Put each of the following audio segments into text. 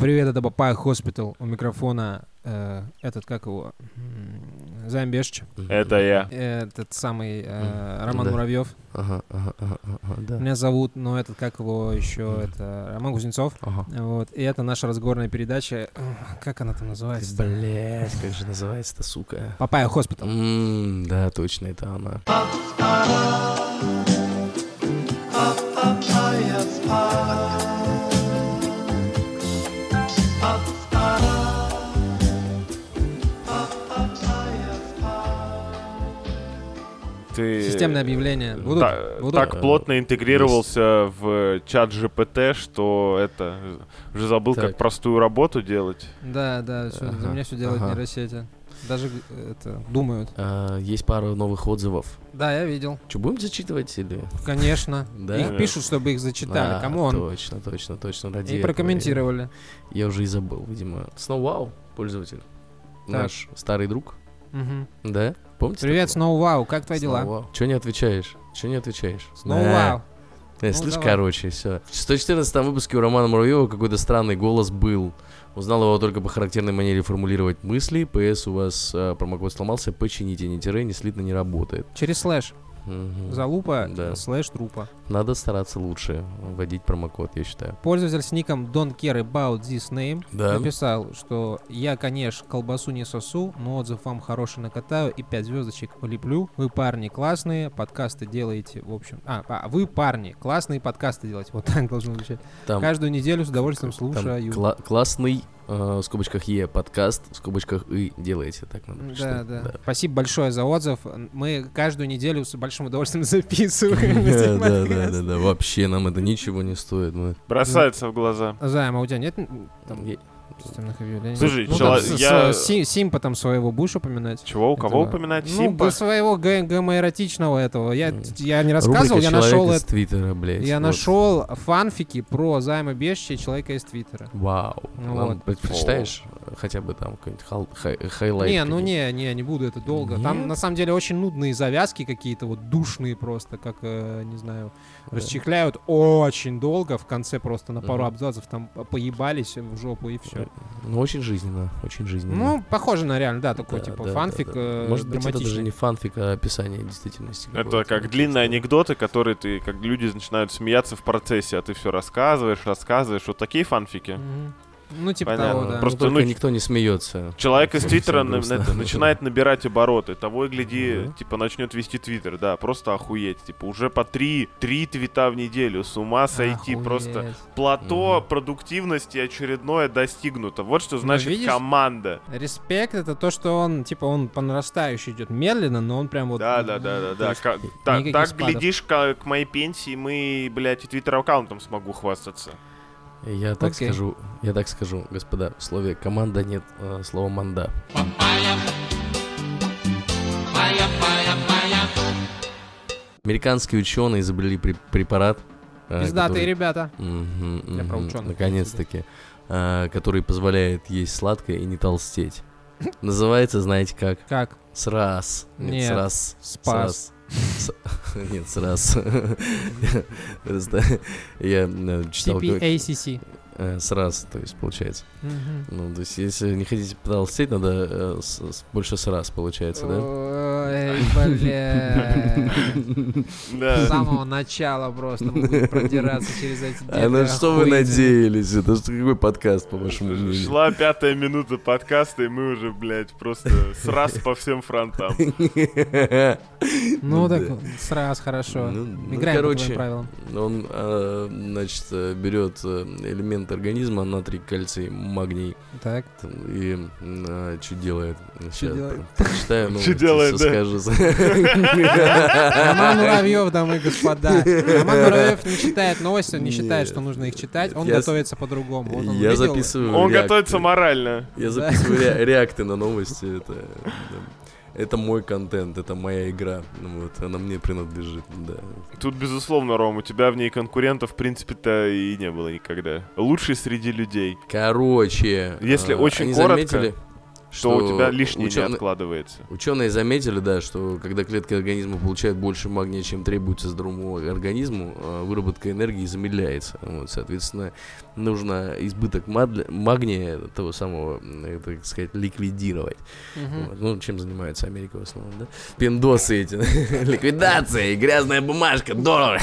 Привет, это Папай Хоспитал. У микрофона э, этот, как его, Замбешч. Это я. Этот самый э, Роман Да. Муравьев. Ага, ага, ага, ага, да. Меня зовут, но этот, как его еще, это Роман Кузнецов. Ага. Вот. И это наша разговорная передача. Э, Как она там называется? Блять, как же называется-то, сука? Папая Хоспитал. М, да, точно, это она. Ты Системное объявление. Будут? та- Будут? Э, так плотно интегрировался в чат GPT, что это уже забыл, Так. как простую работу делать. Да, да, всё, за Ага, меня все делают ага. нейросети. Даже э, это, думают. А, есть пара новых отзывов. Да, я видел. Че, будем зачитывать или? Конечно. Да? Их пишут, чтобы их зачитали. А, Кому он? Точно, точно, точно. Ради И этого прокомментировали. Я, я уже и забыл, видимо. Сноу Вау, пользователь. Наш старый друг. Мгм. Да? Помните? Привет, Сноу Вау, как твои дела? дела. Че не отвечаешь? Че не отвечаешь? Сноу Да. Вау. Э, Ну, слышь, давай. короче, все. В 114 выпуске у Романа Муравьева какой-то странный голос был. Узнал его только по характерной манере формулировать мысли. ПС у вас э, промокод сломался, почините, не тире, не слитно, не работает. Через слэш. Мгм. Залупа, Да. слэш трупа. Надо стараться лучше вводить промокод, я считаю. Пользователь с ником Don't Care About This Name Да. написал, что я, конечно, колбасу не сосу, но отзыв вам хороший накатаю и 5 звездочек полеплю. Вы, парни, классные, подкасты делаете, в общем... А, а, вы, парни, классные подкасты делаете. Вот так должно звучать. Там, Каждую неделю с удовольствием там слушаю. кла- классный, э, в скобочках Е, подкаст, в скобочках И делаете. Так надо Да, прочитать. да, Спасибо большое за отзыв. Мы каждую неделю с большим удовольствием записываем. эти Да, да, да, подкасты. да, да. Вообще нам это ничего не стоит. мы- Бросается в глаза. Займ, а у тебя нет м, там Е- системных объявлений? Слушай, Ну, чело- там с- с- я- си- Симпа там своего будешь упоминать? Чего? У кого Этого- упоминать? Ну, Симпа? г- своего г- гомоэротичного этого. Я, М. я не рассказывал, Рубрика я нашел «Человек из это. Твиттера», блядь. Я вот. нашел фанфики про займа Бешча и человека из Твиттера. Вау. Ну Нам вот. пр- прочитаешь э, хотя бы там какой-нибудь хал- хай- хайлайт? не, ну какой-нибудь? не, не, не буду это долго. Там Нет? на самом деле очень нудные завязки какие-то, вот душные просто, как, э, не знаю, Да. расчехляют очень долго, в конце просто на пару Мгм. абзацев там по- поебались в жопу и все. Ну, очень жизненно, очень жизненно. Ну, похоже на реально, да, такой Да, типа да, фанфик да, да. э, Может быть, это даже драматичный. не фанфик, а описание действительности. Это какого-то. как длинные анекдоты, которые ты, как люди начинают смеяться в процессе, а ты все рассказываешь, рассказываешь. Вот такие фанфики. Мгм. Ну, типа Да, Понятно. того, да. ну, Просто, только ну, никто не смеется. Человек из Всем Твиттера на- грустно. это, начинает набирать обороты. Того и гляди, Мгм. типа, начнет вести Твиттер. Да, просто охуеть. Типа, уже по три, три твита в неделю. С ума сойти Охуеть. просто. Плато Мгм. продуктивности очередное достигнуто. Вот что Ну, значит видишь? команда. Респект это то, что он, типа, он по нарастающей идет медленно, но он прям вот... Да, да, да, да, То да. есть Ка- Так, никаких так спадов. глядишь, к, к моей пенсии мы, блядь, и твиттер-аккаунтом смогу хвастаться. Я так Окей. скажу, я так скажу, господа, в слове команда нет э, слова манда. Американские ученые изобрели пре- препарат. э, Пиздатые который- ребята. Мгм, Я про мгм, учёных, Наконец-таки. а, который позволяет есть сладкое и не толстеть. Называется, знаете как? Как? Срас. Нет, срас. Спас. Срас. С- Нет, срас. Просто Я э, читал... как- А CPACC. э, Срас, то есть, получается. Мгм. Ну, то есть, если не хотите толстеть, надо э, с- с- больше срас, получается, да? Ой, бля. С Да. самого начала просто мы будем продираться через эти А на дебри что вы охуительные. надеялись? Это ж какой подкаст, по вашему мнению? Шла пятая минута подкаста, и мы уже, блядь, просто сраз по всем фронтам. Ну Ну так, да. сразу хорошо. Ну, ну, Играем по твоим короче, правилам. Он, э, значит, э, берет э, элемент организма, натрий, кальций, магний, Так. там, и что делает? Сейчас делает? прочитаю, ну, Чё делает, да? Роман скажу. Муравьев, дамы и господа. Роман Муравьев не читает новости, он не считает, Нет. что нужно их читать. Он Я с- готовится по-другому. Вот он Я увидел. записываю Он реакты. готовится морально. Я Да. записываю ре- реакты на новости. Это, да. это мой контент, это моя игра. Ну Вот, она мне принадлежит, да. Тут, безусловно, Ром, у тебя в ней конкурентов, в принципе-то, и не было никогда. Лучший среди людей. Короче. а, Если очень они коротко. заметили- что у тебя лишнее не ученые, откладывается. ученые заметили, да, что когда клетки организма получают больше магния, чем требуется здоровому организму, э, выработка энергии замедляется. Вот, соответственно, нужно избыток мадля- магния того самого, э, так сказать, ликвидировать. Мгм. Вот. Ну, чем занимается Америка в основном, да? Пиндосы эти. Ликвидация и грязная бумажка, доллар.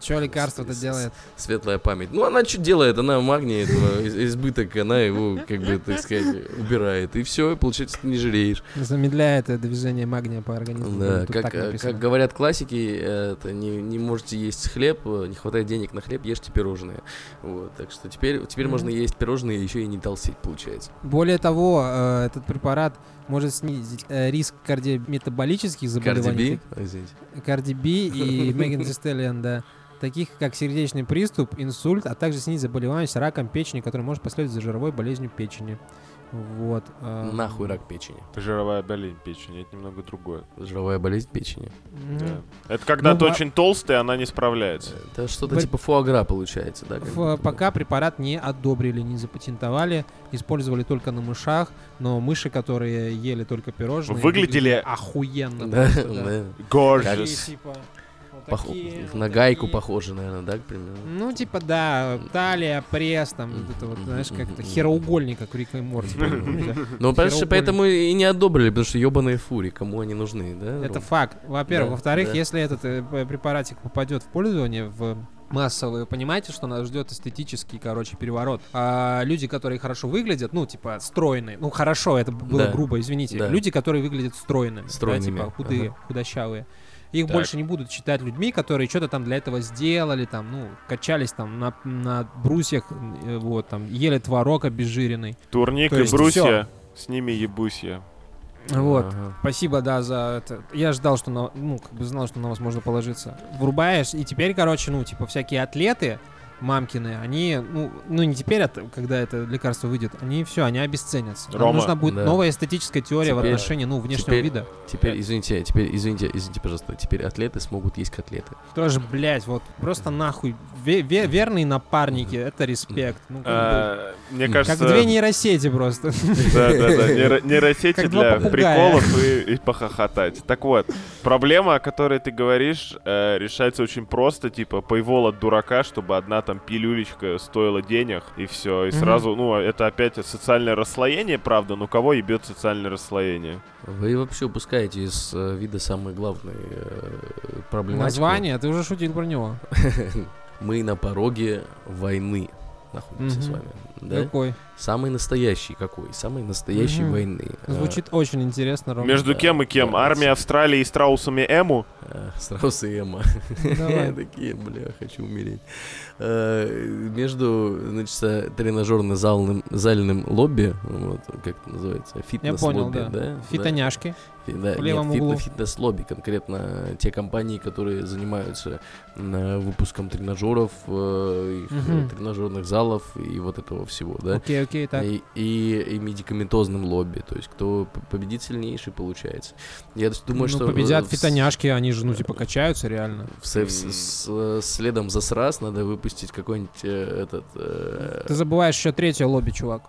Чё лекарство-то С- с- делает? Светлая память. Ну, она что делает? Она магний, этого из- избыток, она его, как бы, так сказать, убирает. И все, и получается, ты не жиреешь. Замедляет э, движение магния по организму. Да, Тут как, так э, написано. как говорят классики, э, это не, не можете есть хлеб, э, не хватает денег на хлеб, ешьте пирожные. Вот, так что теперь, теперь Мгм. можно есть пирожные, еще и не толстеть, получается. Более того, э, этот препарат может снизить э, риск кардиометаболических заболеваний. Кардиби, извините. Карди Би и Меган Thee Stallion, да. Таких как сердечный приступ, инсульт, а также снизить заболеваемость раком печени, который может последовать за жировой болезнью печени. Вот. э, Нахуй рак печени. Жировая болезнь печени, это немного другое. Жировая болезнь печени. м, Да. Это когда Ну, ты ма- очень толстый, она не справляется. Это что-то Б- типа фуагра получается, да? как в- будто бы. пока препарат не одобрили, не запатентовали, использовали только на мышах, но мыши, которые ели только пирожные, Выглядели охуенно. Да, просто, да. да. Такие, Gorgeous. типа, вот Пох- такие, вот На гайку такие. похоже, наверное, да, к примеру. Ну, типа, да, талия, пресс, там, вот это вот, знаешь, как-то хероугольник, как у Рика и Морти. Ну, понимаешь, Херово поэтому и не одобрили, потому что ебаные фури, кому они нужны, да? Это Ром? факт. Во-первых. Да, Во-вторых, да. если этот э, п- препаратик попадет в пользование в массовые, понимаете, что нас ждет эстетический, короче, переворот. А люди, которые хорошо выглядят, ну, типа, стройные, ну, хорошо, это было Да. грубо, извините. Да. Люди, которые выглядят стройными, да, Стройными, типа, худые, ага. худощавые. Их Так. больше не будут считать людьми, которые что-то там для этого сделали, там, ну, качались там на, на брусьях, э, вот, там, ели творог обезжиренный. Турник То и есть брусья, с ними ебусь я. Вот. Ага. Спасибо, да, за это. Я ждал, что на, ну, как бы знал, что на вас можно положиться. Врубаешь, и теперь, короче, ну, типа, всякие атлеты мамкины, они, ну, ну не теперь, а т- когда это лекарство выйдет, они все, они обесценятся. Нам Рома. нужна будет Да. новая эстетическая теория в Теперь- отношении, ну, внешнего теперь- вида. Теперь, извините, теперь, извините, извините, пожалуйста, теперь атлеты смогут есть котлеты. Тоже, блядь, вот, просто нахуй. Ве- ве- верные напарники, это респект. Ну, как бы, Э, Мне как кажется, две нейросети просто. Да, да, да. нейро- Нейросети Как два для попугая. приколов и, и похохотать. Так вот, проблема, о которой ты говоришь, э, решается очень просто, типа пейвол от дурака, чтобы одна там пилюлечка стоила денег, и все. И Мгм. сразу, ну, это опять социальное расслоение, правда, но кого ебет социальное расслоение? Вы вообще упускаете из э, вида самой главной э, проблематику. Название, ты уже шутил про него. Мы на пороге войны находимся с Мгм. Ну, вами. Да? Какой? Самый настоящий какой? Самой настоящей Мгм. войны. Э, Звучит очень интересно, Рома. Между да, кем и кем? да, Армия Австралии и страусами Эму? э, Страус и Эмма. Давай. Такие, бля, хочу умереть. Э, Между, значит, э, тренажерно-зальным зальным лобби, вот, как это называется, понял, фитнес-лобби, да. да? да. Фитоняшки. Фи- Да, В левом углу. фитнес лобби, конкретно э, те компании, которые занимаются э, выпуском тренажеров, э, их, э, Мгм. тренажерных залов и вот этого всего, да. Окей, окей, так. И, и, и медикаментозным лобби, то есть кто п- победит сильнейший, получается. Я т- думаю, ну, что победят э, в- фитоняшки, они же, ну, типа, качаются реально. в с- в с- с- э, следом за срас надо выпустить какой-нибудь э, этот. э, Ты забываешь еще третье лобби, чувак.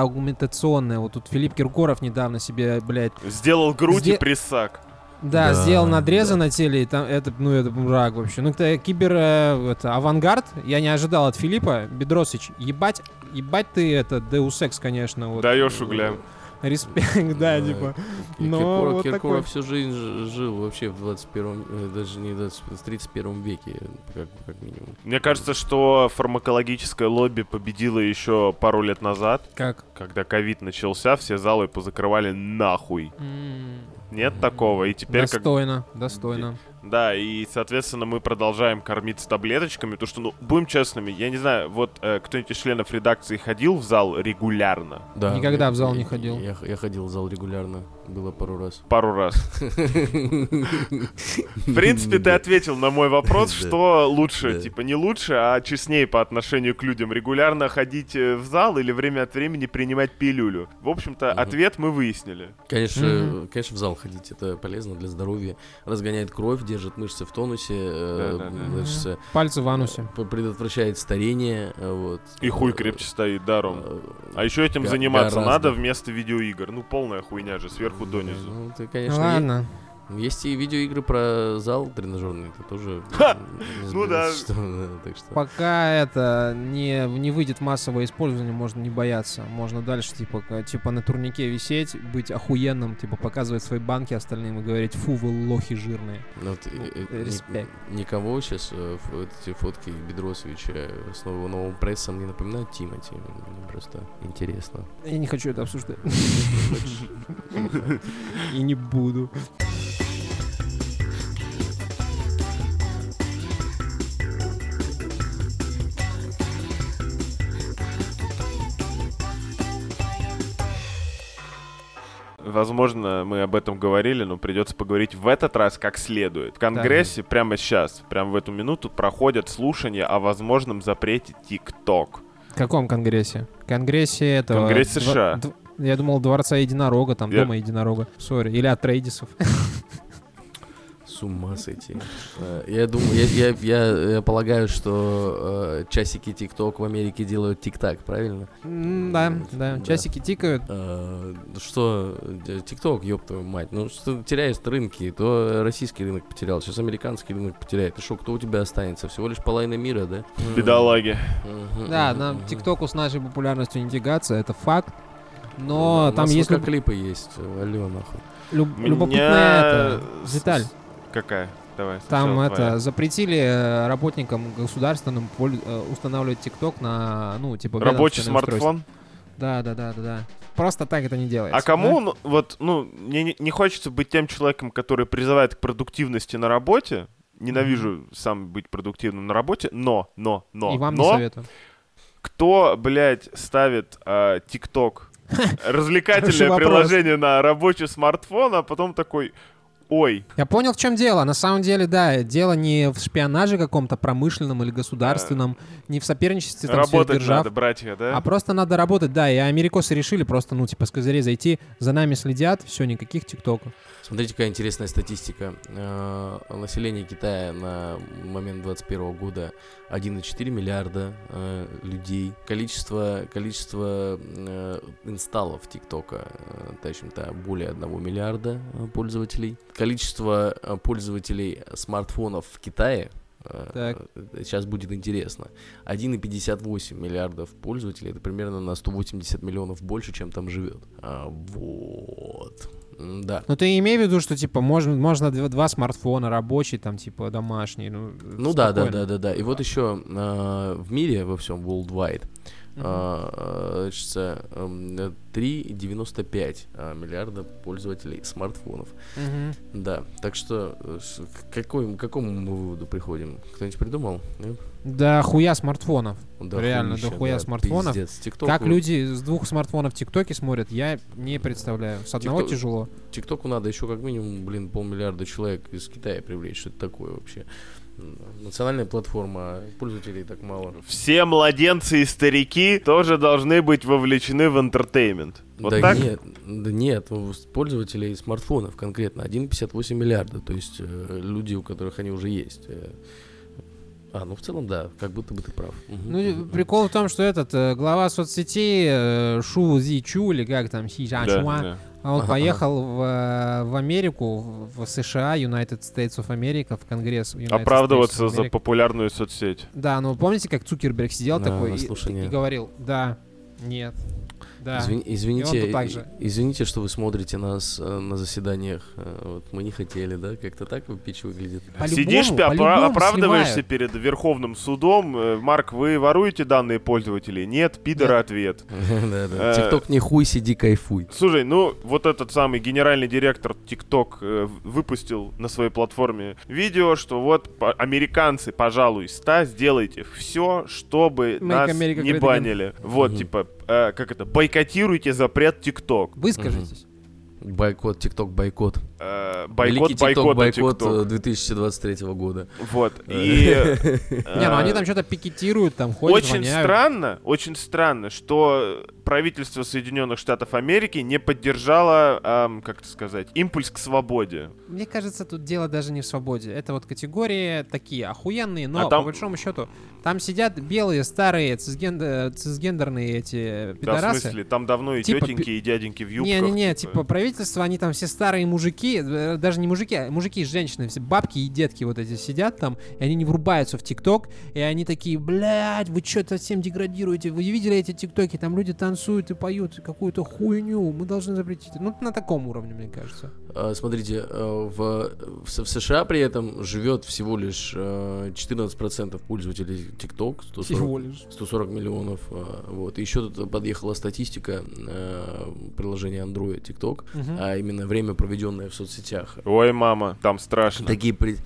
Инвазивно-аугментационное. Вот тут Филипп Киркоров недавно себе, блядь, Сделал грудь и Сде- прессак. да, Да, сделал надрезы да. на теле, и там это, ну, это мрак вообще. Ну, это кибер, э, это, авангард, я не ожидал от Филиппа. Бедросич, ебать, ебать ты, это, Deus Ex, конечно, вот. Даешь угля. Респект, да, э, типа. Кир- но Киркоров, вот Киркоров такой. всю жизнь ж- жил вообще в 21 э, даже не в 20, в 31 веке, как, как минимум. Мне кажется, что фармакологическое лобби победило еще пару лет назад, Как? когда ковид начался, все залы позакрывали нахуй. М, Нет такого. И теперь как... Достойно, достойно. Да, и, соответственно, мы продолжаем кормиться таблеточками, потому что, ну, будем честными, я не знаю, вот э, кто-нибудь из членов редакции ходил в зал регулярно? Да, Никогда я- в зал я- не ходил. Я, я ходил в зал регулярно, было пару раз. Пару раз. В принципе, ты ответил на мой вопрос, Да. что лучше, Да. типа, не лучше, а честнее по отношению к людям. Регулярно ходить э, в зал или время от времени принимать пилюлю? В общем-то, Мгм. ответ мы выяснили. Конечно, Мгм. конечно, в зал ходить это полезно для здоровья, разгоняет кровь, держит мышцы в тонусе, э, Да-да-да. значит, э, Пальцы в анусе. п- предотвращает старение, э, вот. И хуй крепче стоит, да, Ром? Э, А еще этим Га- заниматься гораздо. надо вместо видеоигр. Ну, полная хуйня же, сверху донизу. Ну, ты, Ну, конечно, е- ладно. Ну, Есть и видеоигры про зал тренажерный, это тоже... Ха! м, Ну да. что, да, так что- Пока это не, не выйдет массовое использование, можно не бояться. Можно дальше, типа, к- типа на турнике висеть, быть охуенным, типа показывать свои банки остальным и говорить, фу, вы лохи жирные. Ну, вот, э, э, э, ни- респект. Никого сейчас эти фотки Бедросовича э, с нового новым прессом не напоминают Тимати. Мне просто интересно. Я не хочу это обсуждать. И не буду. Возможно, мы об этом говорили, но придется поговорить в этот раз как следует. В Конгрессе прямо сейчас, прямо в эту минуту проходят слушания о возможном запрете ТикТок. В каком конгрессе? Конгрессе этого... Конгресс дво- США. дв- Я думал, Дворца Единорога, там, Я- Дома Единорога. Сори. Или от Трейдисов. С ума сойти. Э, Я думаю, я, я- я- я полагаю, что э, часики ТикТок в Америке делают тик-так, правильно? М, Да, да. Да. Часики тикают. Э, Что э, ТикТок, ёб твою мать, ну что теряешь рынки, то российский рынок потерял, сейчас американский рынок потеряет. И что, кто у тебя останется? Всего лишь половина мира, да? Бедолаги. Мгм, Да, мгм, нам мгм. ТикТоку с нашей популярностью не тягаться, это факт. Но Ну, там у нас есть только клипы есть, алё, нахуй. Люб- Меня Любопытная это, с- деталь. с- Какая? Давай. Там сначала это твоя. запретили э, работникам государственным поль- э, устанавливать ТикТок на ну типа Рабочий ведомственное устройство. смартфон. Да, да, да, да, да. Просто так это не делается. А кому, ну, вот, ну, мне не, не хочется быть тем человеком, который призывает к продуктивности на работе. Ненавижу сам быть продуктивным на работе, но, но, да? но, И вам не но советую. кто, блядь, ставит а, TikTok, Хороший развлекательное вопрос. приложение на рабочий смартфон, а потом такой, ой, Я понял, в чем дело. На самом деле, да, дело не в шпионаже каком-то промышленном или государственном, не в соперничестве там работать сверхдержав. надо, братья, да? А просто надо работать, да, и америкосы решили просто, ну, типа, с козырей зайти, за нами следят, все, никаких тиктоков. Смотрите, какая интересная статистика. Э, Население Китая на момент 2021 года 1,4 миллиарда э, людей. Количество, количество э, инсталлов ТикТока, э, в общем-то, более 1 миллиарда э, пользователей. Количество э, пользователей смартфонов в Китае э, Так. Сейчас будет интересно. 1,58 миллиардов пользователей, это примерно на 180 миллионов больше, чем там живет. А, вот. Да. Но Ну, ты имей в виду, что, типа, можно, можно дв- два, смартфона, рабочий, там, типа, домашний, ну, Ну да, да, да, да, да. И вот еще э, в мире во всем worldwide э, значится, эм, 3,95 э, миллиарда пользователей смартфонов. Да. Так что э, с- к какой- к какому мы выводу приходим? Кто-нибудь придумал? Нет? Да хуя смартфонов. Да Реально, хуища, да хуя смартфонов. Пиздец. TikTok как вот- люди с двух смартфонов тиктоки смотрят, я не представляю. С одного TikTok- тяжело. ТикТоку надо еще как минимум, блин, полмиллиарда человек из Китая привлечь. Что это такое вообще? М, Национальная платформа, а пользователей так мало. Все младенцы и старики тоже должны быть вовлечены в интертеймент. Вот да так? нет, да нет, у с- пользователей смартфонов конкретно 1,58 миллиарда, то есть э, люди, у которых они уже есть. э. А, ну в целом да, как будто бы ты прав. Мгм, Ну, и мгм. прикол в том, что этот э, глава соцсетей э, Шу Зи Чу, или как там, Си Жан Да, Чуа, да. А он Ага, поехал в, э, в Америку, в в США, United States of America, в Конгресс. United States Оправдываться of за America. популярную соцсеть. Да, ну помните, как Цукерберг сидел Да, такой на и- и, слушании. говорил, да, нет, да. Извини- И он извините, тут так и- же. извините, что вы смотрите нас э, на заседаниях. Э, Вот мы не хотели, да? Как-то так пич выглядит. По-любому- Сидишь, опра- по-любому оправдываешься снимают. перед Верховным судом. э, Марк, вы воруете данные пользователей? Нет, пидоры ответ. Да, Э, да. Тикток не хуй, сиди кайфуй. Слушай, ну вот этот самый генеральный директор TikTok э, в- выпустил на своей платформе видео, что вот по- американцы, пожалуй, ста, сделайте все, чтобы Make нас America не great again. банили. Вот, Мгм. типа, э, как это, бойкотируйте запрет TikTok. Выскажитесь. Бойкот, тикток, бойкот. Э, Великий бойкот, тикток, бойкот, на бойкот э, TikTok. 2023 года. Вот, и... Не, ну э, они там что-то пикетируют, там ходят, очень воняют. странно, очень странно, что правительство Соединенных Штатов Америки не поддержало, эм, как это сказать, импульс к свободе. Мне кажется, тут дело даже не в свободе. Это вот категории такие охуенные, но А там- по большому счету там сидят белые старые цисгенда- цисгендерные эти Да, в пидорасы. смысле, там давно и Типа тетеньки, и дяденьки в юбках. Не-не-не, типа правительство, они там все старые мужики, э, даже не мужики, а мужики и женщины, все бабки и детки вот эти сидят там, и они не врубаются в ТикТок, и они такие, блядь, вы что совсем деградируете, вы видели эти ТикТоки, там люди танцуют и поют какую-то хуйню, мы должны запретить. Ну, на таком уровне, мне кажется. А, Смотрите, э, в, в С- в США при этом живет всего лишь э, 14% пользователей TikTok, 140, Всего лишь. 140 миллионов. э, Вот. И еще тут подъехала статистика э, приложения Android TikTok, Мгм. а именно время, проведенное в соцсетях. Ой, мама, там страшно. Такие пред-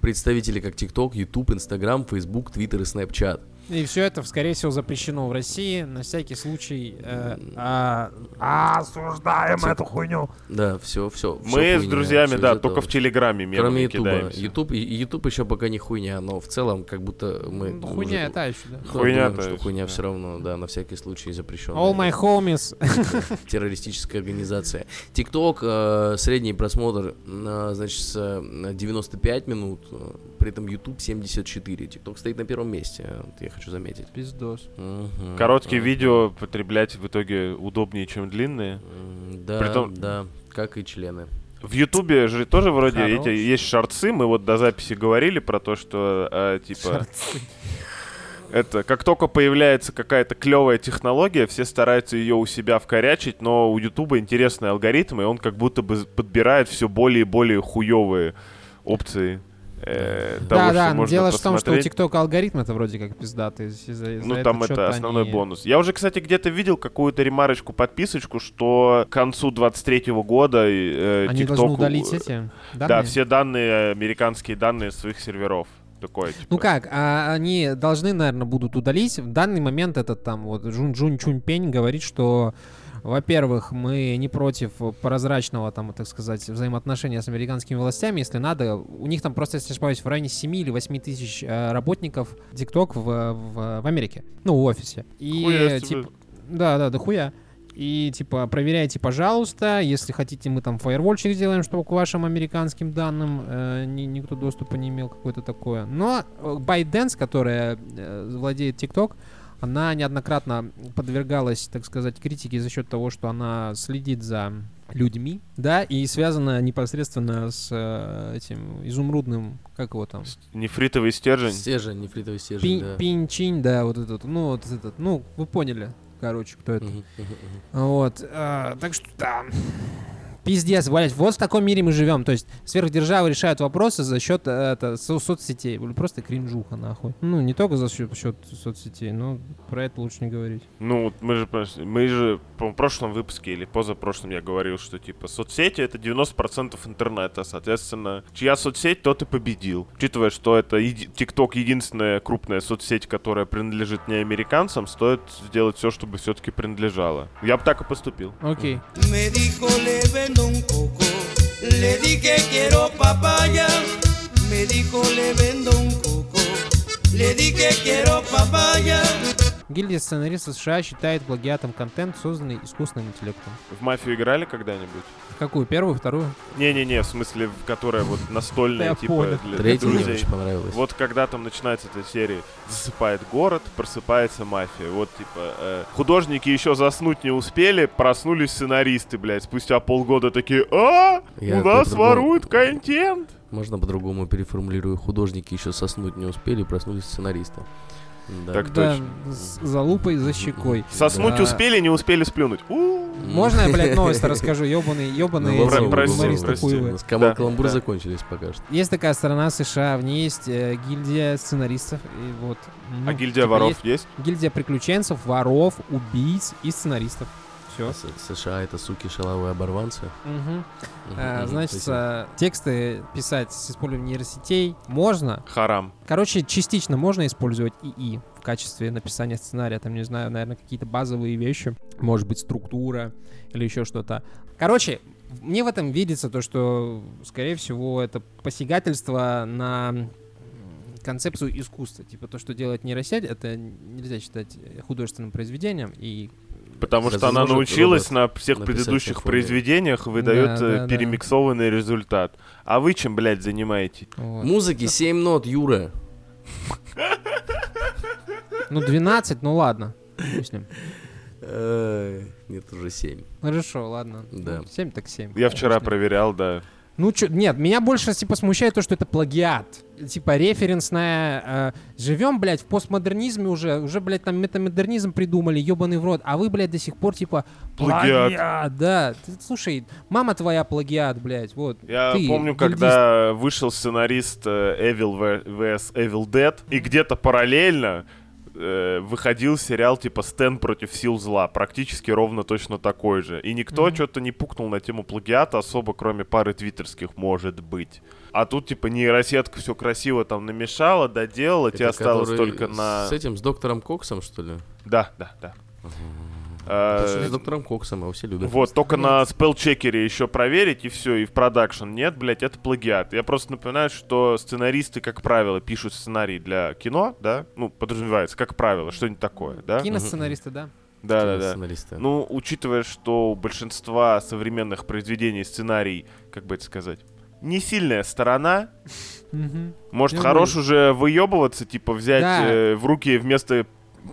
представители, как TikTok, YouTube, Instagram, Facebook, Twitter и Snapchat. И все это, скорее всего, запрещено в России, на всякий случай. э, а- а, осуждаем эту хуйню. Да, все, все. Мы с друзьями, да, только в Телеграме мемами Кроме Ютуба. кидаемся. YouTube, и- и YouTube еще пока не хуйня, но в целом как будто мы... Ну, Хуйня уже- это еще, да. Да, Хуйня, думаю, то что есть, хуйня да. все равно, да, на всякий случай запрещенная All my homies. террористическая организация. ТикТок, э, средний просмотр, э, значит, с, э, 95 минут, э, при этом YouTube 74. ТикТок стоит на первом месте, э, вот я хочу заметить. Пиздос. Мгм. Короткие Мгм. видео потреблять в итоге удобнее, чем длинные. М, Да, Притом- да, как и члены. В Ютубе же тоже вроде Хорош. эти есть шарцы. Мы вот до записи говорили про то, что э, типа это как только появляется какая-то клевая технология, все стараются ее у себя вкорячить, но у Ютуба интересный алгоритм, и он как будто бы подбирает все более и более хуевые опции. э, того, Да, что да, но можно дело же в том, что у посмотреть. TikTok алгоритм это вроде как пиздатый. из- из-за- из-за Ну, этого там чё-то это основной они- бонус. Я уже, кстати, где-то видел какую-то ремарочку, подписочку, что к концу 23-го года э, Они TikTok, должны удалить э, эти Да, данные? все данные, американские данные своих серверов. Такое, типа. Ну как, а они должны, наверное, будут удалить. В данный момент этот там вот Джун Джун Чунь Пень говорит, что во-первых, мы не против прозрачного, там, так сказать, взаимоотношения с американскими властями, если надо. У них там просто, если не ошибаюсь, в районе 7 или 8 тысяч э, работников TikTok в, в, в Америке. Ну, в офисе. И, Хуя э, себе. типа, да, да, да хуя. И типа проверяйте, пожалуйста, если хотите, мы там фаервольчик сделаем, чтобы к вашим американским данным э, ни- никто доступа не имел какое-то такое. Но э, ByteDance, которая э, владеет TikTok, она неоднократно подвергалась, так сказать, критике за счет того, что она следит за людьми, да, и связана непосредственно с э, этим изумрудным, как его там, С- Нефритовый стержень. Стержень, нефритовый стержень, Пин- да. Пинчин, да, вот этот, ну вот этот, ну вы поняли, короче, кто это. Мгм, мгм, мгм. Вот. э, так что да. Пиздец, блядь, вот в таком мире мы живем. То есть сверхдержавы решают вопросы за счет э, это, со- соцсетей. Блин, Просто кринжуха, нахуй. Ну, не только за счет, счет соцсетей, но про это лучше не говорить. Ну, вот мы же, понимаешь, мы же по-моему, в прошлом выпуске или позапрошлом я говорил, что типа соцсети это 90% интернета, соответственно, чья соцсеть, тот и победил. Учитывая, что это еди- TikTok единственная крупная соцсеть, которая принадлежит не американцам, стоит сделать все, чтобы все-таки принадлежала. Я бы так и поступил. Окей. Me dijo le vendo un coco, le dije quiero papaya. Me dijo le vendo un coco, le dije quiero papaya. Гильдия сценаристов США считает плагиатом контент, созданный искусственным интеллектом. В мафию играли когда-нибудь? В Какую? Первую, вторую? Не-не-не, в смысле, в которая вот Я настольная, типа, понял. для, для Третья мне друзей. очень понравилась. Вот когда там начинается эта серия, засыпает город, просыпается мафия. Вот типа э, художники еще заснуть не успели, проснулись сценаристы, блядь. Спустя полгода такие, а, Я у нас по-другому- воруют контент. Можно по-другому переформулирую. Художники еще соснуть не успели, проснулись сценаристы. Да. Так да, точно. с- за лупой, за щекой. Соснуть Да. успели, не успели сплюнуть. У. Можно я, блядь, новость расскажу? Ёбаный, ёбаный. Ну, ладно, прости, прости. У нас кала- Да, каламбуры да. закончились пока что. Есть такая страна США, в ней есть э, гильдия сценаристов, и вот... ну, А гильдия типа воров есть? есть гильдия приключенцев, воров, убийц и сценаристов. Все. С- США это суки шаловые оборванцы. Мгм, мгм, значит, спасибо. э, тексты писать с использованием нейросетей можно. Харам. Короче, частично можно использовать ИИ в качестве написания сценария. Там, не знаю, наверное, какие-то базовые вещи. Может быть, структура или еще что-то. Короче, мне в этом видится то, что, скорее всего, это посягательство на м, концепцию искусства. Типа то, что делает нейросеть, это нельзя считать э, художественным произведением. И Потому что она Возможно, научилась робот на всех написать предыдущих симфонию. произведениях и выдает Да, э, да, да. перемиксованный результат. А вы чем, блядь, занимаетесь? Вот. Музыки 7 нот, Юра. Ну, 12, ну ладно. Допустим. Э, Нет, уже 7. Хорошо, ладно. Да. 7 так 7. Я вчера проверял, да. Ну, чё, нет, меня больше, типа, смущает то, что это плагиат. Типа, референсная... живем, блядь, в постмодернизме уже. Уже, блядь, там метамодернизм придумали, ебаный в рот. А вы, блядь, до сих пор, типа, Плагиат. да. Ты- слушай, мама твоя плагиат, блядь, вот. Я Ты, помню, гильдист. когда вышел сценарист э, Evil V- vs Evil Dead, и где-то параллельно э, выходил сериал типа «Стэн против сил зла», практически ровно точно такой же. И никто что-то не пукнул на тему плагиата особо, кроме пары твиттерских, может быть. А тут типа нейросетка все красиво там намешала, доделала, тебе Это осталось который только на... Э, С этим, с доктором Коксом, что ли? Да, да, да. Потому Э, что С доктором Коксом, его все любят. Вот, только Ну, на спелчекере еще проверить, и все, и в продакшн. Нет, блядь, это плагиат. Я просто напоминаю, что сценаристы, как правило, пишут сценарий для кино, да? Ну, подразумевается, как правило, что-нибудь такое, да? Киносценаристы, да. Да, да, да. Сценариста. Ну, учитывая, что у большинства современных произведений сценарий, как бы это сказать, не сильная сторона, Мгм. может, Я хорош понял. уже выебываться, типа взять Да. э, в руки вместо,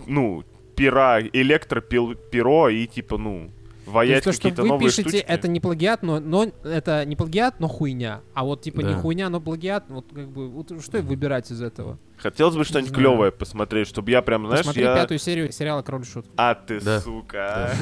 ну, пера, электропил, перо и типа, ну, То ваять есть то, что какие-то вы новые пишете, штучки. это не плагиат, но, но это не плагиат, но хуйня. А вот типа не Да. хуйня, но плагиат, вот как бы, вот что выбирать из этого? Хотелось бы что-нибудь знаю. клевое посмотреть, чтобы я прям, знаешь, Посмотри я... пятую серию сериала «Король и Шут». А ты, Да. сука.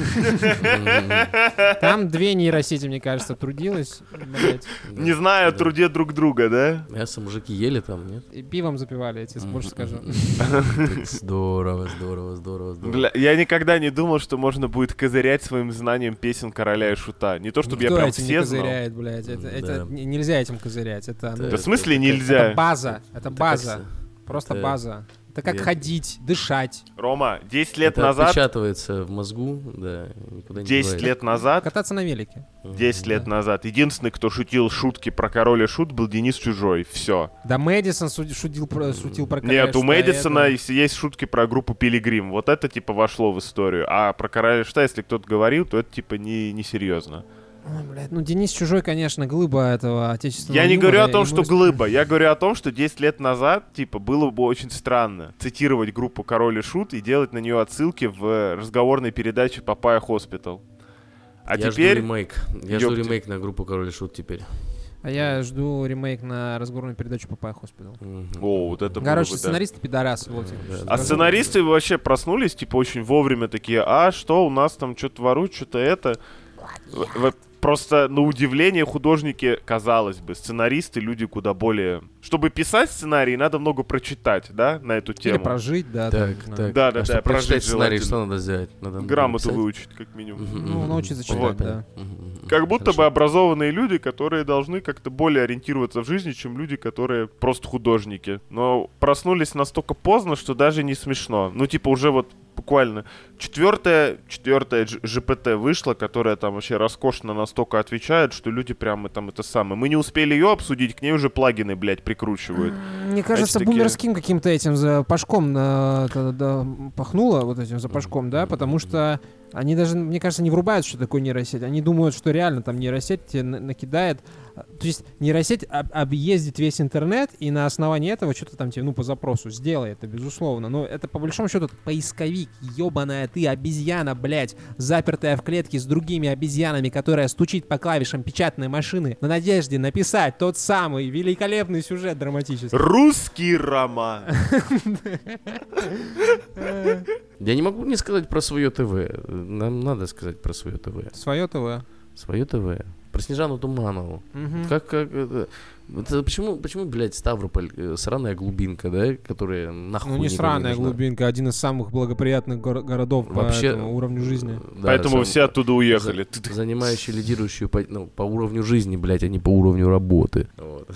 Там две нейросети, мне кажется, трудилось. блядь. Не знаю о труде друг друга, да? Мясо А мужики ели там, нет? И пивом запивали, я тебе больше скажу. Как Здорово, здорово, здорово, здорово. Бля, я никогда не думал, что можно будет козырять своим знанием песен короля и шута. Не то, чтобы я Никто прям этим все не знал. козыряет, блядь. Это, Да. это не- нельзя этим козырять. Это, ну, Да. Да в смысле Это это нельзя? база. Это база. Просто это- база. Это как Я- ходить, дышать, Рома, 10 лет Это назад... отпечатывается в мозгу, да, никуда не 10 девается. лет назад, кататься на велике. 10 лет назад, единственный, кто шутил шутки про короля шут, был Денис Чужой. Все. Да Мэдисон суд- шутил про, шутил про короля Нет, у шута, Мэдисона это- есть- есть шутки про группу Пилигрим. Вот это типа вошло в историю. А про короля шута, если кто-то говорил, то это типа не, не серьезно. Ой, блядь, ну, Денис Чужой, конечно, глыба этого отечественного Я не юмора, говорю о и том, что юморист- глыба. Я говорю о том, что 10 лет назад, типа, было бы очень странно цитировать группу Король и Шут и делать на нее отсылки в разговорной передаче Папая Хоспитал. А Я теперь... жду ремейк. Я жду Ёпте. ремейк на группу Король и Шут теперь. А я жду ремейк на разговорную передачу «Папая Хоспитал». Мгм. О, вот это было Короче, бы, да. сценаристы пидорасы. вот я Да, хочу да. А сказать. сценаристы вообще проснулись, типа, очень вовремя такие, а что у нас там, что-то воруют, что-то это. В- в- Просто на удивление художники, казалось бы, сценаристы люди куда более... Чтобы писать сценарий, надо много прочитать, да, на эту Или тему. прожить, да. там, Так, не знаю. так. Да, А да, чтоб да, прожить прочитать сценарий, желательно. что надо сделать? Надо Грамоту написать? выучить, как минимум. Мгм, Ну, мгм. научиться читать, Понятно, да. понятно. Мгм, Как мгм. будто бы Хорошо. образованные люди, которые должны как-то более ориентироваться в жизни, чем люди, которые просто художники. Но проснулись настолько поздно, что даже не смешно. Ну, типа, уже вот буквально четвертая, четвертая Дж- ЖПТ вышла, которая там вообще роскошно настолько отвечает, что люди прямо там это самое. Мы не успели ее обсудить, к ней уже плагины, блядь, прикручивают. Мне кажется, такие- бумерским каким-то этим запашком э, та- да, пахнуло, вот этим запашком, да, потому что они даже, мне кажется, не врубают, что такое нейросеть. Они думают, что реально там нейросеть тебе на- накидает. А, То есть нейросеть об- объездит весь интернет и на основании этого что-то там тебе, ну, по запросу сделает, это безусловно. Но это по большому счету поисковик, ебаная ты обезьяна, блядь, запертая в клетке с другими обезьянами, которая стучит по клавишам печатной машины на надежде написать тот самый великолепный сюжет драматический. Русский роман. Я не могу не сказать про свое ТВ. Нам надо сказать про свое ТВ. Свое ТВ. Свое ТВ. Про Снежану Туманову. Как, как это... это почему, почему, блядь, Ставрополь, э, сраная глубинка, да, которая нахуй Ну не никому сраная нужна? глубинка, один из самых благоприятных горо- городов Вообще- по этому уровню жизни. Э, Да, Поэтому сам- все оттуда уехали. Ты- ты- Занимающий лидирующую по, ну, по уровню жизни, блядь, а не по уровню работы. Вот.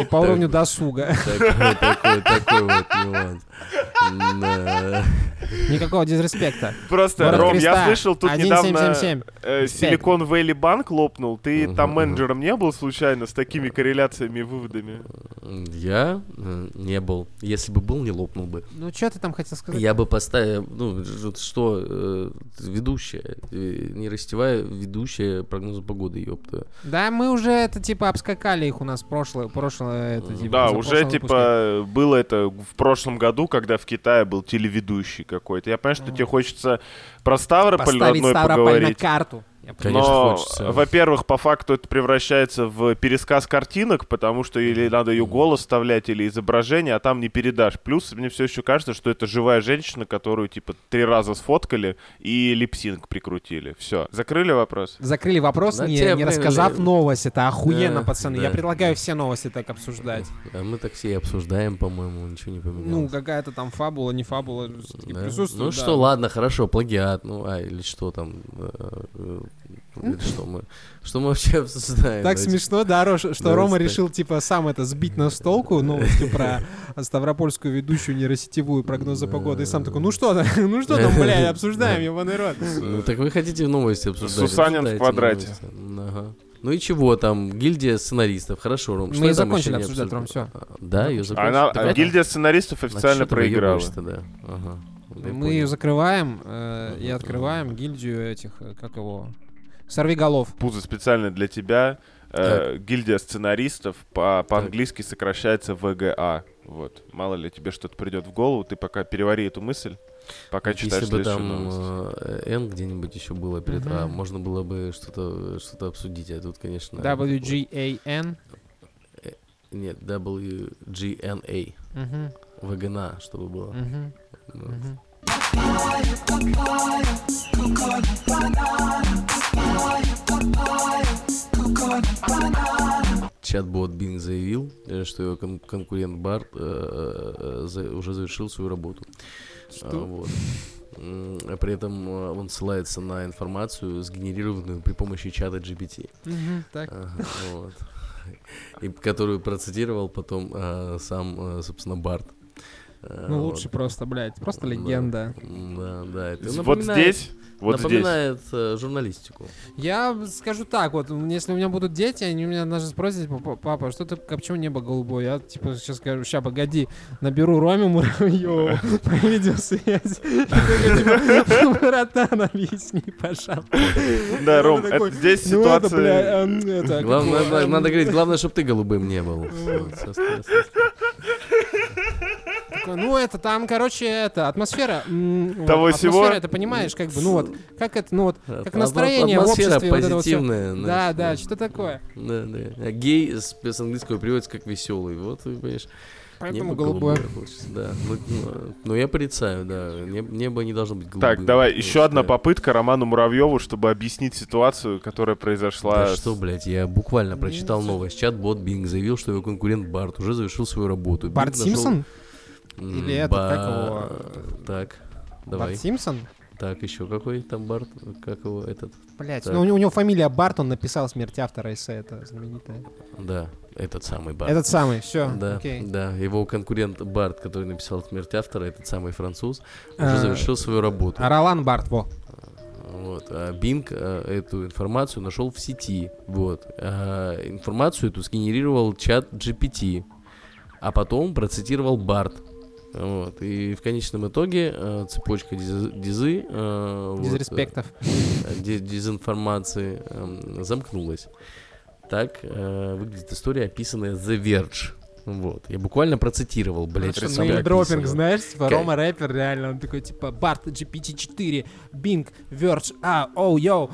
И по уровню досуга. Такой, такой, такой вот нюанс. Да. Никакого дисреспекта. Просто, Город Ром, я Креста. слышал тут недавно... 1777. Э, Пять. Силикон Вэлли Банк лопнул. Ты Мгм, там мгм. менеджером не был случайно Реально, с такими корреляциями и выводами. Я э, не был. Если бы был, не лопнул бы. Ну, что ты там хотел сказать? Я бы поставил, ну, ж- что, э, ведущая, э, не растевая, ведущая прогноза погоды, ёпта. Да, мы уже это типа обскакали их у нас прошлое, прошлое это типа. Да, за уже прошлым выпуском. типа было это в прошлом году, когда в Китае был телеведущий какой-то. Я понимаю, что тебе хочется про Ставрополь поставить родной Ставрополь на поговорить. карту. Я Конечно, Но, э, хочется. во-первых, по факту это превращается в пересказ картинок, потому что или надо ее голос вставлять, или изображение, а там не передашь. Плюс мне все еще кажется, что это живая женщина, которую типа три раза сфоткали и липсинг прикрутили. Все, закрыли вопрос? Закрыли вопрос, Да не, тебе, не блин, рассказав или- новость. Это охуенно, Да, пацаны. да, Я предлагаю да. все новости так обсуждать. А мы так все и обсуждаем, по-моему, ничего не Ну, поменялось. какая-то там фабула, не фабула всё-таки Да? присутствует. Ну да. что, ладно, хорошо, плагиат, ну, а, или что там, э, э, или что мы, что мы вообще обсуждаем? Так Давайте. смешно, да, Рош, что Э, давайте Рома так. решил, типа, сам это сбить на столку новостью про ставропольскую ведущую нейросетевую прогнозы погоды. И сам такой, ну что там, ну что там, блядь, обсуждаем, ебаный рот. Ну так вы хотите новости обсуждать? Сусанин в обсуждайте квадрате. новости. М, Ага. Ну и чего там, гильдия сценаристов, хорошо, Ром. Мы что там закончили еще не обсуждать, обсуждали? Ром, всё. А, Да, ее закончили. Она, Так, ладно. гильдия сценаристов Значит, официально что ты проиграла. выебываешься, да. Ага. Я Мы понял. ее закрываем э, и открываем гильдию этих, э, как его, сорвиголов. Пузо специально для тебя. Э, гильдия сценаристов по- по-английски сокращается ВГА. Вот. Мало ли тебе что-то придет в голову, ты пока перевари эту мысль, пока читаешь Если бы следующую там новость. э, N где-нибудь еще было перед Мгм. А, можно было бы что-то что обсудить, а тут, конечно... WGAN. Нет, WGNA. Мгм, ВГНА, А, чтобы было. мгм. Ну, Мгм. Чат-бот Bing заявил, э, что его кон- конкурент Бар э, э, за- уже завершил свою работу. А, вот. М, а При этом э, он ссылается на информацию, сгенерированную при помощи чата GPT. Мгм, Так. Ага, вот. И которую процитировал потом э, сам, э, собственно, Барт. Э, Ну вот. лучше просто, блядь, просто Да. легенда. Да, да. это Вот напоминает- здесь, вот здесь. напоминает э, журналистику. Я скажу так, вот, м, если у меня будут дети, они у меня даже спросят, «Папа, папа, что ты, а почему небо голубое? Я, типа, сейчас скажу, ща, погоди, наберу Роме Муравьеву по видеосвязи. И такой, типа, Братан, объясни, пожалуйста. Да, Ром, Ну, это такой, здесь Ну, это, ситуация... бля, эм, это, как Главное, его, надо, эм, надо говорить, главное, чтобы ты голубым не был. Вот, со- со- со- Такой, Ну, это там, короче, это атмосфера. м, Того вот, сего. Атмосфера, это понимаешь, как бы, ну вот, как это, ну вот, как Атмо- настроение в атмосфера обществе. вот это вот всё. позитивная. Да, знаешь, да, что такое? Да, да. А Гей с, с английского переводится как веселый. Вот, и, понимаешь, Поэтому небо голубое. получится, Да. Ну, ну, ну, я порицаю, да. Небо, небо не должно быть голубым. Так, давай, Я еще одна считаю. попытка Роману Муравьеву, чтобы объяснить ситуацию, которая произошла... Да с- что, блядь, я буквально прочитал новость. Чат-бот Bing заявил, что его конкурент Барт уже завершил свою работу. Bing Барт нашел- Симпсон? М, Или это, Ба- как Так, давай. Барт Симпсон? Так, еще какой там Барт? Как его этот? Блять, Так. ну у него, у него фамилия Барт, он написал смерть автора эссе, это знаменитая. Да, этот самый Барт. Этот самый, все, Да, окей. да, его конкурент Барт, который написал «Смерть автора», этот самый француз, уже А, завершил свою работу. А Ролан Барт, во. Вот. А Bing э, эту информацию нашел в сети. Вот. А информацию эту сгенерировал чат GPT, а потом процитировал Барт. Вот. И в конечном итоге э, цепочка диз- дизы... э, вот, э, Дизреспектов. ди- дезинформации эм, замкнулась. Так э, выглядит история, описанная The Verge. Вот. Я буквально процитировал, блядь, ну что там дропинг, написано. знаешь, типа Кай- Рома рэпер, реально, он такой, типа, Барт, GPT-4, Bing, Verge, а, оу, йоу.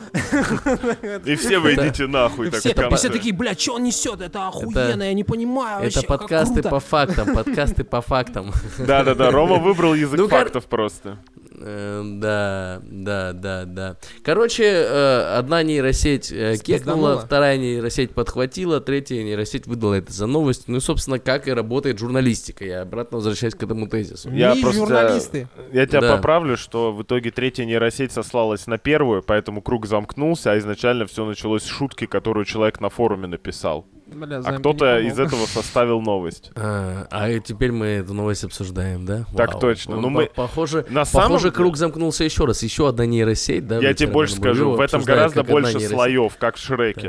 И все вы идите нахуй. И так все, в конце. и все такие, бля, что он несет, это охуенно, я не понимаю Это вообще, как подкасты круто». по фактам, подкасты по фактам. Да-да-да, Рома выбрал Ну, язык кор- фактов просто. Э, Да, да, да, да. Короче, э, одна нейросеть э, Спизданула. кекнула, вторая нейросеть подхватила, третья нейросеть выдала это за новость. Ну и, собственно, как и работает журналистика. Я обратно возвращаюсь к этому тезису. Я Ми просто- журналисты. Я тебя Да. поправлю, что в итоге третья нейросеть сослалась на первую, поэтому круг замкнулся, а изначально все началось с шутки, которую человек на форуме написал. Бля, А Займ, ты кто-то не из помог. этого составил новость. А а теперь мы эту новость обсуждаем, да? Так Вау. точно. Он Ну, по- мы- Похоже, на похоже, самом круг замкнулся еще раз. Еще одна нейросеть, да? Я ведь тебе больше Романа Бурдюева скажу, в этом обсуждает, гораздо как одна больше нейросеть. слоев, как в Шреке.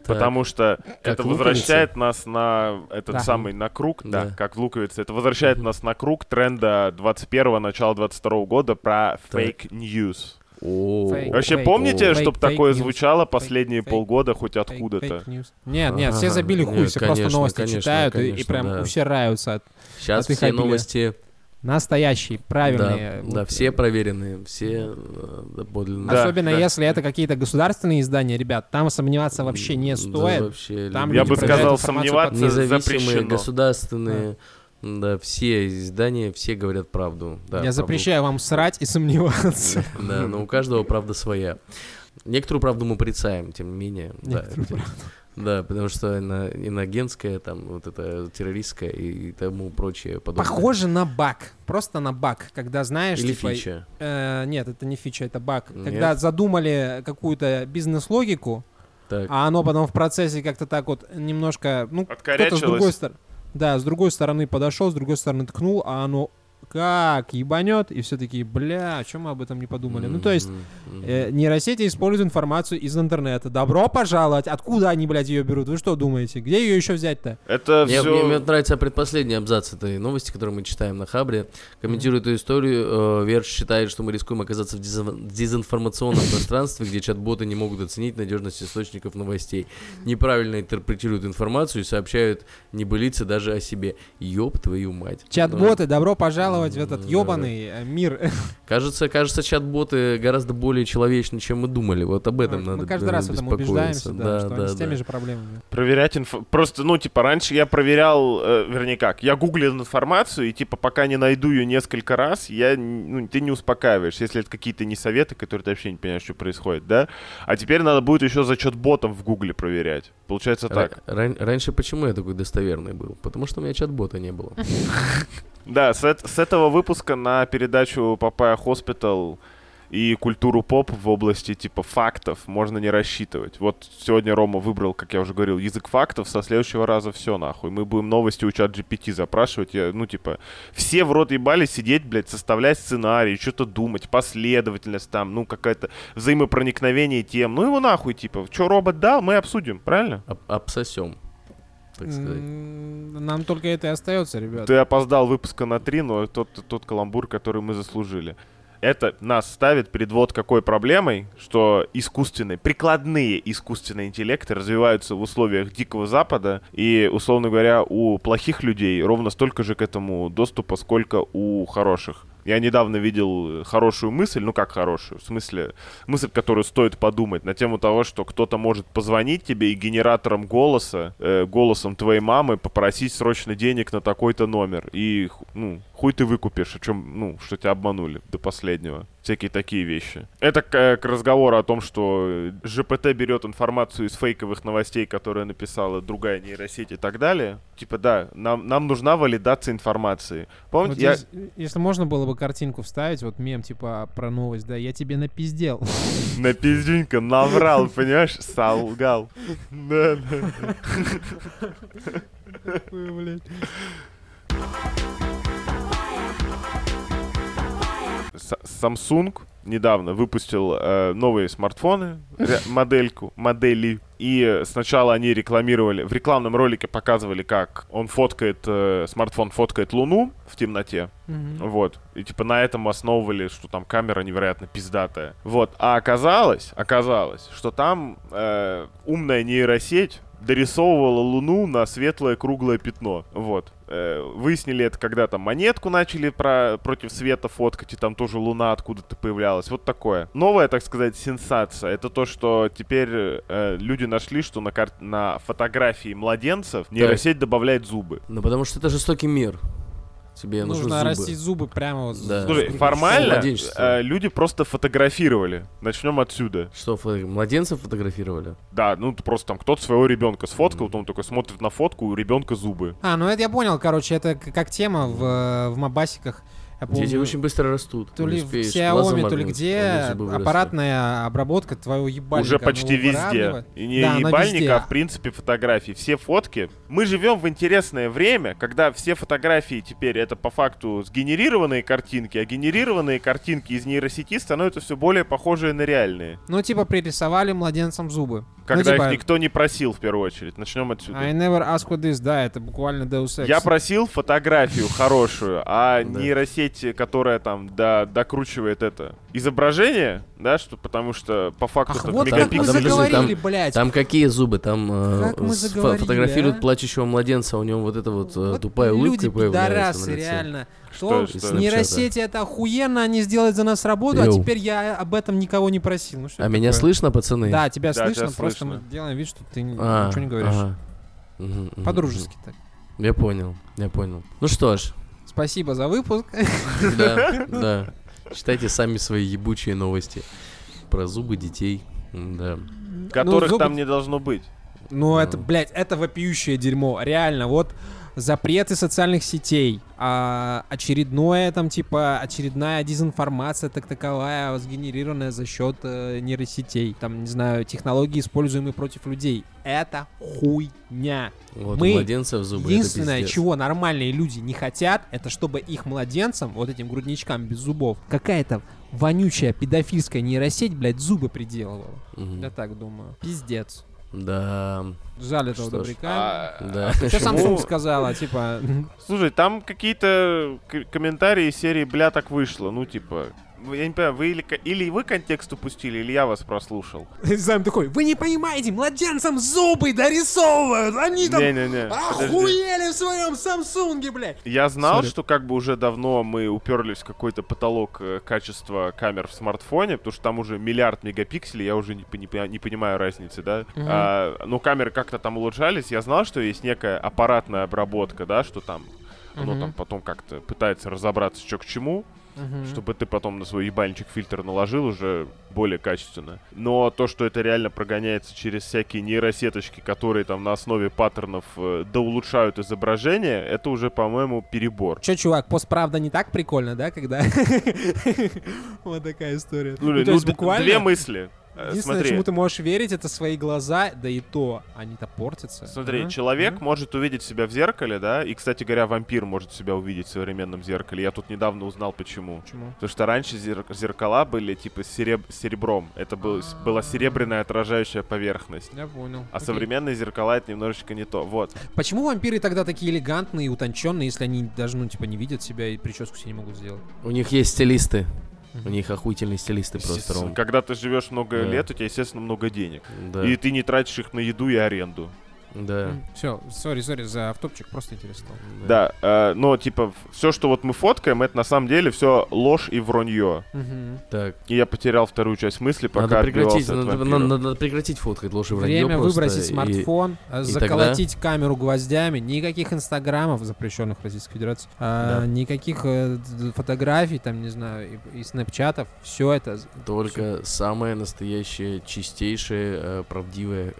Так. Потому что это луковица? возвращает нас на этот Да. самый на круг, да, Да. как луковица. Это возвращает нас на круг тренда 21-го, начала 22 года про Так. fake news. О, Фейк. Вообще Fake помните, news. чтобы Fake такое news. звучало Fake- последние fake- полгода хоть Fake- откуда-то? fake news. Нет, нет, все Ага. забили хуй, Нет, все конечно, просто новости конечно, читают и- и конечно, прям да. усираются от сейчас От их все обилия. новости, настоящие, да, правильные. да, вот, все э, проверенные, все э, подлинные. Да, Особенно да. если это какие-то государственные издания, ребят, там сомневаться вообще не Да, стоит. вообще, Там люди люди Я бы проверяют сказал, информацию под- сомневаться независимые, запрещено. государственные, да, все издания, все говорят правду. Да, Я правду. запрещаю вам срать и сомневаться. Да, но у каждого правда своя. Некоторую правду мы порицаем, тем не менее. Да, да, потому что она иногенская, там, вот это террористская и тому прочее подобное. Похоже на баг. Просто на баг, когда знаешь, Или типа, фича. э, нет, это не фича, это баг. Нет. Когда задумали какую-то бизнес-логику, Так. а оно потом в процессе как-то так вот немножко, ну, кто-то с Откорячилось. другой стороны, да, с другой стороны подошел, с другой стороны ткнул, а оно как ебанет, и все такие, бля, о чем мы об этом не подумали? Ну, то есть, Мгм, мгм. Э, нейросети используют информацию из интернета. Добро пожаловать! Откуда они, блядь, ее берут? Вы что думаете? Где ее еще взять-то? Это Мне, все... мне- мне нравится предпоследний абзац этой новости, которую мы читаем на Хабре. Комментируя эту историю, э, Верш считает, что мы рискуем оказаться в дезин- дезинформационном пространстве, где чат-боты не могут оценить надежность источников новостей, неправильно интерпретируют информацию и сообщают небылицы даже о себе. Ёб твою мать. Ну, Чат-боты, добро пожаловать в этот Да. ебаный э, мир. Ну, кажется, кажется, чат-боты гораздо более человечны, чем мы думали. Вот об этом надо Мы каждый раз э, этому беспокоиться. убеждаемся, да, что они с да. теми же проблемами. Проверять инфо... Просто, ну, типа, раньше я проверял, э, вернее как, я гуглил информацию, и, типа, пока не найду ее несколько раз, я, н- ну, ты не успокаиваешь, если это какие-то не советы, которые ты вообще не понимаешь, что происходит, да? А теперь надо будет еще за счет ботом в гугле проверять. Получается так. Ра- ран- раньше почему я такой достоверный был? Потому что у меня чат-бота не было. Да, с, эт- с этого выпуска на передачу Папая Хоспитал и культуру поп в области типа фактов можно не рассчитывать. Вот сегодня Рома выбрал, как я уже говорил, язык фактов, со следующего раза все нахуй. Мы будем новости у чат GPT запрашивать. Я, ну, типа, все в рот ебали сидеть, блядь, составлять сценарий, что-то думать, последовательность там, ну, какая-то взаимопроникновение тем. Ну его нахуй, типа, что робот дал, мы обсудим, правильно? Об- обсосем, так сказать. М, Нам только это и остается, ребят. Ты опоздал выпуска на три, но тот, тот каламбур, который мы заслужили. Это нас ставит перед вот какой проблемой, что искусственные, прикладные искусственные интеллекты развиваются в условиях Дикого Запада, и, условно говоря, у плохих людей ровно столько же к этому доступа, сколько у хороших. Я недавно видел хорошую мысль, ну как хорошую, в смысле, мысль, которую стоит подумать, на тему того, что кто-то может позвонить тебе и генератором голоса, э, голосом твоей мамы попросить срочно денег на такой-то номер. И, ху- ну, хуй ты выкупишь, о чем, ну, что тебя обманули до последнего. Всякие такие вещи. Это к, к разговору о том, что э, ЖПТ берет информацию из фейковых новостей, которые написала другая нейросеть и так далее. Типа, да, нам, нам нужна валидация информации. Помните, Вот я- здесь, э, Если можно было бы картинку вставить, вот мем типа про новость, да, я тебе напиздел. На пиздюнька наврал, понимаешь? Солгал. Да, да. С- Samsung недавно выпустил э, новые смартфоны, ре- модельку, модели. И э, сначала они рекламировали, в рекламном ролике показывали, как он фоткает, э, смартфон фоткает Луну в темноте. Мгм. Вот. И типа на этом основывали, что там камера невероятно пиздатая. Вот. А оказалось, оказалось, что там э, умная нейросеть дорисовывала Луну на светлое круглое пятно. Вот. Э, Выяснили это, когда там монетку начали про- против света фоткать, и там тоже Луна откуда-то появлялась. Вот такое. Новая, так сказать, сенсация. Это то, что теперь э, люди нашли, что на, кар- на фотографии младенцев нейросеть добавляет зубы. Ну потому что это жестокий мир. Тебе нужны Нужно зубы. растить зубы прямо вот. с- Да. с Слушай, другой формально Младенчество. э, люди просто фотографировали. Начнем отсюда. Что, фото- младенцев фотографировали? Да, ну т- просто там кто-то своего ребенка сфоткал, потом такой смотрит на фотку, у ребенка зубы. А, ну это я понял, короче, это к- как тема в, э, в мобасиках. Я Дети помню, очень быстро растут. То не ли в успеешь глаза Xiaomi, то ли моргнуть, где они зубы вырастут. аппаратная обработка твоего ебальника. Уже она почти его везде. выравнивает. И ну, не Да, она везде. ебальника, а в принципе фотографии. Все фотки. Мы живем в интересное время, когда все фотографии теперь это по факту сгенерированные картинки, а генерированные картинки из нейросети становятся все более похожие на реальные. Ну, типа, пририсовали младенцам зубы. Ну, Когда типа, их никто не просил в первую очередь. Начнем отсюда. I never asked for this, да, это буквально Deus Ex. Я просил фотографию хорошую, а Да. нейросеть, которая там до- докручивает это изображение, да, что потому что по факту Ах, это вот как мегапиксель. мы Там, подожди, там- заговорили, блядь. Там какие зубы? Там э, Как мы с- фо- заговорили, фотографируют а? плачущего младенца, у него вот эта вот, э, Вот тупая улыбка люди, появляется. пидорасы, на лице. реально. Что- То что с это? нейросети это охуенно, они сделают за нас работу, а Йоу. теперь я об этом никого не просил. Ну, что А это меня такое? слышно, пацаны? Да, тебя Да, слышно, тебя просто слышно. мы делаем вид, что ты н- А, ничего не говоришь. ага. Мгм, мгм, По-дружески так. мгм. Я понял, я понял. Ну что ж, Спасибо за выпуск. да, да. Читайте сами свои ебучие новости про зубы детей. М, Да. которых зубы- там не должно быть. Ну, это, Мгм. блядь, это вопиющее дерьмо. Реально, вот запреты социальных сетей, а, очередное там, типа, очередная дезинформация, так таковая, сгенерированная за счет э, нейросетей. Там, не знаю, технологии, используемые против людей. Это хуйня. Вот Мы у младенца в зубы. это Единственное, пиздец. чего нормальные люди не хотят, это чтобы их младенцам, вот этим грудничкам без зубов, какая-то вонючая педофильская нейросеть, блядь, зубы приделывала. Мгм. Я так думаю. Пиздец. Да, Жаль этого Что ж, добряка. А, да. Что почему? Samsung сказала, типа... Слушай, там какие-то к- комментарии из серии «Бля, так вышло», ну, типа... вы- Я не понимаю, вы или, ко- или вы контекст упустили, или я вас прослушал. Займ такой, вы не понимаете, младенцам зубы дорисовывают, они там Не-не-не, подожди. охуели в своем Самсунге, блядь. Я знал, Сори. что как бы уже давно мы уперлись в какой-то потолок э, качества камер в смартфоне, потому что там уже миллиард мегапикселей, я уже не, пони- поня- не понимаю разницы, да. Мгм. А, но камеры как-то там улучшались. Я знал, что есть некая аппаратная обработка, да, что там, оно Мгм. там потом как-то пытается разобраться, что к чему, Мгм. чтобы ты потом на свой ебальничек фильтр наложил уже более качественно. Но то, что это реально прогоняется через всякие нейросеточки, которые там на основе паттернов э, доулучшают изображение, это уже, по-моему, перебор. Че, чувак, постправда не так прикольно, да, когда... Вот такая история. Ну, ну, то есть д- буквально- Две мысли. Э, Единственное, Смотри, чему ты можешь верить, это свои глаза, да и то, они-то портятся. А? смотри Ага. человек Ага. может увидеть себя в зеркале, да, и, кстати говоря, вампир может себя увидеть в современном зеркале. Я тут недавно узнал, почему. Почему? Потому что раньше зер- зеркала были типа с сереб- с серебром. Это был- с- была серебряная отражающая поверхность. Я понял. А А. Окей. современные зеркала это немножечко не то. Вот. Почему вампиры тогда такие элегантные и утонченные, если они даже, ну, типа, не видят себя и прическу себе не могут сделать? У них есть стилисты. У Мгм. них охуительные стилисты просто, Естественно, Ром. Когда ты живешь много Да. лет, у тебя, естественно, много денег. Да, И ты не тратишь их на еду и аренду. да. Все, сори, сори за автопчик, просто интересно. Да, э, но типа все, что вот мы фоткаем, это на самом деле все ложь и вранье. Так, И я потерял вторую часть мысли, пока надо прекратить, отбивался от надо, вампира. надо- надо прекратить фоткать ложь и вранье Время просто, выбросить и- смартфон, э, и заколотить камеру гвоздями, никаких инстаграмов, запрещенных в Российской Федерации, а, Да. никаких э, д- д- фотографий, там, не знаю, и, и снэпчатов, все это. з- Только самое настоящее, чистейшее, э, правдивое,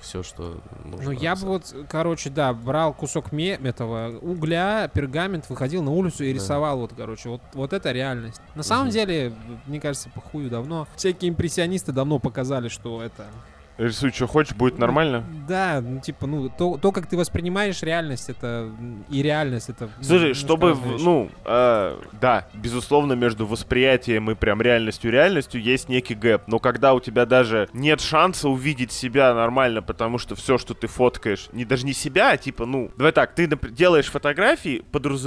все, что Ну, можно. я бы вот, э, короче, да, брал кусок ме- этого угля, пергамент, выходил на улицу и Да. рисовал, вот, короче, вот, вот это реальность. На самом Мгм. деле, мне кажется, по хую давно. Всякие импрессионисты давно показали, что это Рисуй, что хочешь, будет нормально. Да, ну типа, ну, то, то, как ты воспринимаешь реальность, это м, и реальность, это... м, Слушай, ну, чтобы, разные в- вещи. ну, э, да, безусловно, между восприятием и прям реальностью и реальностью есть некий гэп, но когда у тебя даже нет шанса увидеть себя нормально, потому что все, что ты фоткаешь, не даже не себя, а типа, ну, давай так, ты напр- делаешь фотографии,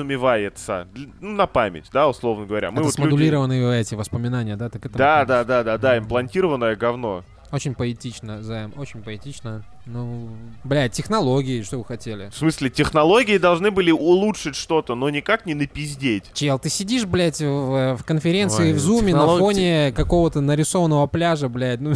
подразумевается, дл- ну, на память, да, условно говоря. это вот люди- смодулированные эти воспоминания, да, так это... Да, да, да, да, да, имплантированное говно. Очень поэтично, Займ, очень поэтично. Ну, блядь, технологии, что вы хотели. В смысле, технологии должны были улучшить что-то, но никак не напиздеть. Чел, ты сидишь, блядь, в, в конференции Ой, в зуме на технолог- фоне какого-то нарисованного пляжа, блядь. Ну,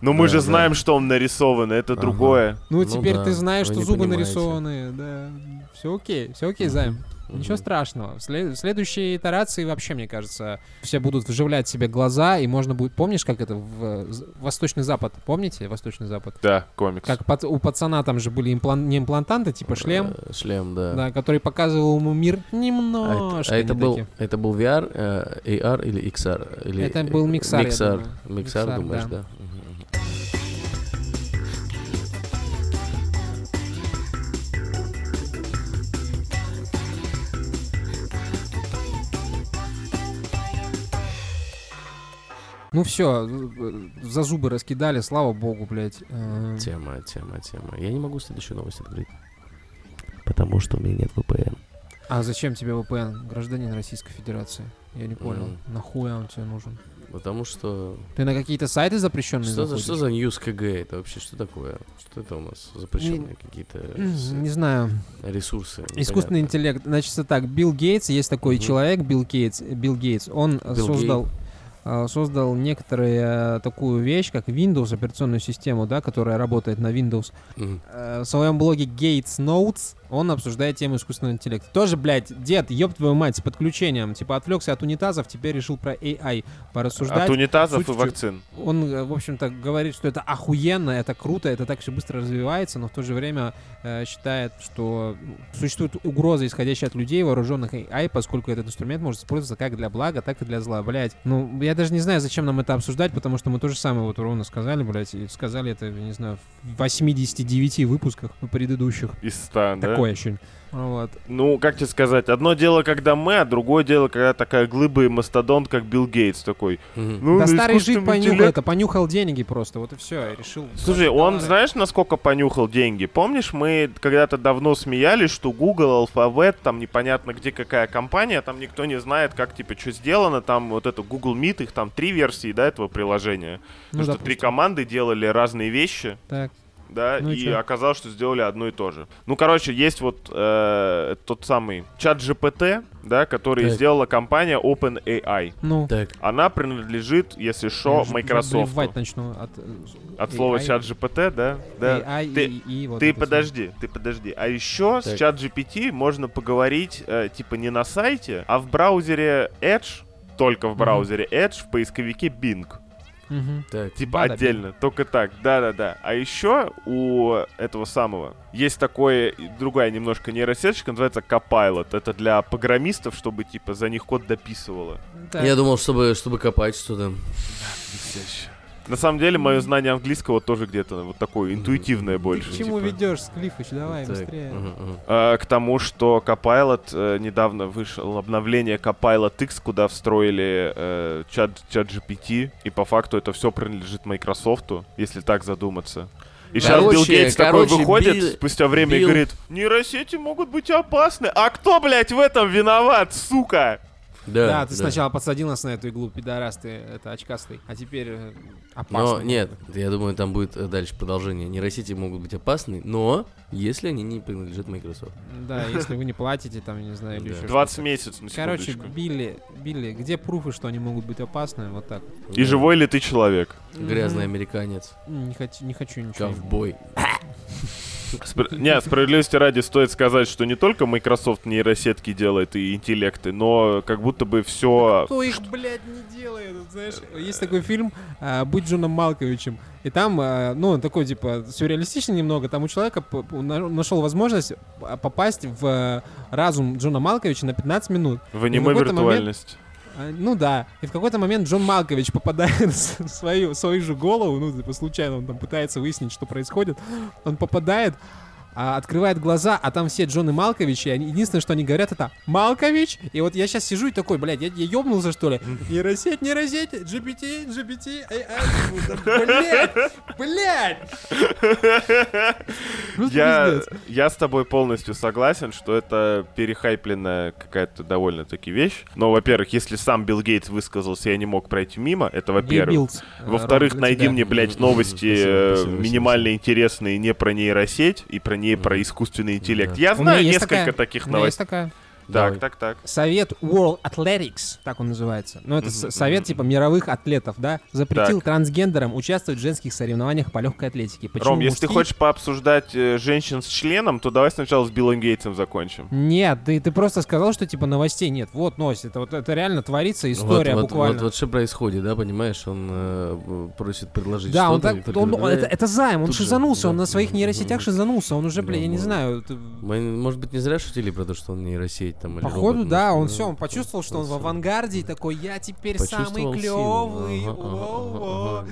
Но мы Да, же да. знаем, что он нарисован, это Ага. другое. ну, Ну теперь да, ты знаешь, вы что не зубы понимаете. нарисованы, да. Все окей, все окей, Займ. Ничего страшного. В, след- в следующей итерации вообще, мне кажется, все будут вживлять себе глаза, и можно будет... Помнишь, как это в э, з- Восточный Запад? Помните Восточный Запад? Да, комикс. Как пац- у пацана там же были имплан- не имплантанты, типа шлем, Э, Шлем, да. да, который показывал ему мир А это, немножко а это не был, таким. это был VR, э, AR или XR? Или, Это был Mixar, я Mixar, думаю. Mixar, Mixar, думаешь, да. да? Ну все, за зубы раскидали, слава богу, блядь. Э, Тема, тема, тема. Я не могу следующую новость открыть. Потому что у меня нет VPN. А зачем тебе VPN, гражданин Российской Федерации? Я не понял. Мгм. Нахуя он тебе нужен? Потому что... Ты на какие-то сайты запрещенные Что за, заходишь? что за News КГ? Это вообще что такое? Что это у нас? Запрещенные какие-то с- Не знаю. ресурсы. Искусственный непонятные. интеллект. Значит, так, Билл Гейтс, есть такой Мгм. человек, Билл Гейтс, Билл Гейтс, он э, Билл создал э, создал некоторую такую вещь, как Windows, операционную систему, да, которая работает на Windows. Мгм. Э, В своем блоге Gates Notes он обсуждает тему искусственного интеллекта. Тоже, блядь, дед, ёб твою мать, с подключением. Типа отвлекся от унитазов, теперь решил про AI порассуждать. От унитазов Суть и в чём? вакцин. Он, э, в общем-то, говорит, что это охуенно, это круто, это так все быстро развивается, но в то же время э, считает, что ну, существует угроза, исходящая от людей, вооруженных AI, поскольку этот инструмент может использоваться как для блага, так и для зла, блядь. Ну, я даже не знаю, зачем нам это обсуждать, потому что мы то же самое вот ровно сказали, блядь, и сказали это, я не знаю, в 89 выпусках предыдущих. Из ста, да? Такое ощущение. Вот. Ну, как тебе сказать, одно дело, когда мы, а другое дело, когда такая глыба и мастодонт, как Билл Гейтс такой. Мгм. Ну, да на старый жид искусственный понюхал интеллект. это, понюхал деньги просто, вот и все, решил... Слушай, он, Доллары. знаешь, насколько понюхал деньги? Помнишь, мы когда-то давно смеялись, что Google, Alphabet, там непонятно где какая компания, там никто не знает, как, типа, что сделано, там вот это Google Meet, их там три версии, да, этого приложения. Ну, Потому что три допустим. команды делали разные вещи, Так. да, Ну и и, чё? оказалось, что сделали одно и то же. Ну, короче, есть вот э, тот самый чат GPT, да, который Так. сделала компания OpenAI. Ну, Так, Она принадлежит, если Я что, уже Microsoft. блевать начну от, э, От слова AI, чат GPT, да? Да. AI Ты- и, и вот ты это всё. подожди, ты подожди. А еще Так. с чат GPT можно поговорить, э, типа, не на сайте, а в браузере Edge, только в Мгм. браузере Edge, в поисковике Bing. Мгм. так. Типа Да, да, отдельно, только так, да-да-да. А еще у этого самого есть такое, другая немножко нейросеточка, называется Copilot. Это для программистов, чтобы, типа, за них код дописывала. Так. Я думал, чтобы, чтобы копать что-то. На самом деле, мое знание английского тоже где-то вот такое интуитивное Ты больше. к чему типа. ведешь, Склифыч? Давай, Так, быстрее. мгм, мгм. Э, к тому, что Copilot э, недавно вышел обновление Copilot X, куда встроили э, чат, чат GPT, и по факту это все принадлежит Microsoft, если так задуматься. И сейчас Короче, Билл Гейтс короче, такой выходит Билл- спустя время Билл- и говорит, нейросети могут быть опасны, а кто, блядь, в этом виноват, сука? Да, Да, ты да. сначала подсадил нас на эту иглу, пидорас ты, это очкастый. А теперь э, опасно. Но нет, я думаю, там будет э, дальше продолжение. Нейросети могут быть опасны, но если они не принадлежат Microsoft. Да, если вы не платите, там, я не знаю, или Да. еще 20 что-то. месяцев, на Короче, секундочку. Билли, Билли, где пруфы, что они могут быть опасны? Вот так. И живой ли ты человек? Грязный Мгм. американец, Не хочу, не хочу ничего. ковбой. Спр- Не, справедливости ради стоит сказать, что не только Microsoft нейросетки делает и интеллекты, но как будто бы все... Кто их, блядь, не делает? Вот Знаешь, Э, есть такой фильм а, «Будь Джоном Малковичем». И там, а, ну, он такой, типа, сюрреалистичный немного. Там у человека п- п- на- нашел возможность а, попасть в а, разум Джона Малковича на 15 минут. В И аниме в какой-то виртуальность. А, Ну да. И в какой-то момент Джон Малкович попадает в свою, в свою же голову, ну, типа, случайно он там пытается выяснить, что происходит. Он попадает, а, открывает глаза, а там все Джоны Малковичи, и они, единственное, что они говорят, это «Малкович!» И вот я сейчас сижу и такой, блядь, я, я ёбнулся, что ли? Нейросеть, нейросеть, GPT, GPT, AI, блядь, блядь! Просто Я, пиздец. я с тобой полностью согласен, что это перехайпленная какая-то довольно-таки вещь. Но, во-первых, если сам Билл Гейтс высказался, я не мог пройти мимо, это во-первых. Дебилс, э, Во-вторых, Ром, для найди тебя. мне, блядь, новости Спасибо, э, спасибо, спасибо. минимально интересные не про нейросеть и про ней про искусственный интеллект. Я У меня знаю есть несколько такая- таких У меня есть новостей. такая. Давай. Так, так, так. Совет World Athletics, так он называется. Ну, это с- совет типа мировых атлетов, да, запретил Так. трансгендерам участвовать в женских соревнованиях по легкой атлетике. Почему Ром, если ты мужские- хочешь пообсуждать э, женщин с членом, то давай сначала с Биллом Гейтсом закончим. Нет, ты, ты просто сказал, что типа новостей нет. Вот новость. Это вот это реально творится история Ну, вот, вот- буквально. Вот, вот что происходит, да, понимаешь? Он э, просит предложить Да, он что-то, так, только он- говорит, это, «Э, это займ, он тут же, шизанулся, он да. на своих нейросетях Мгм. шизанулся, он уже, Да, блин, я не ну, знаю, э, это- мы, Может быть, не зря шутили про то, что он нейросеть там или походу, робот, да, может, он все, он почувствовал, что он в всё. авангарде и такой, я теперь Почувствовал самый силу. клевый. Ага, ага, ага, ага.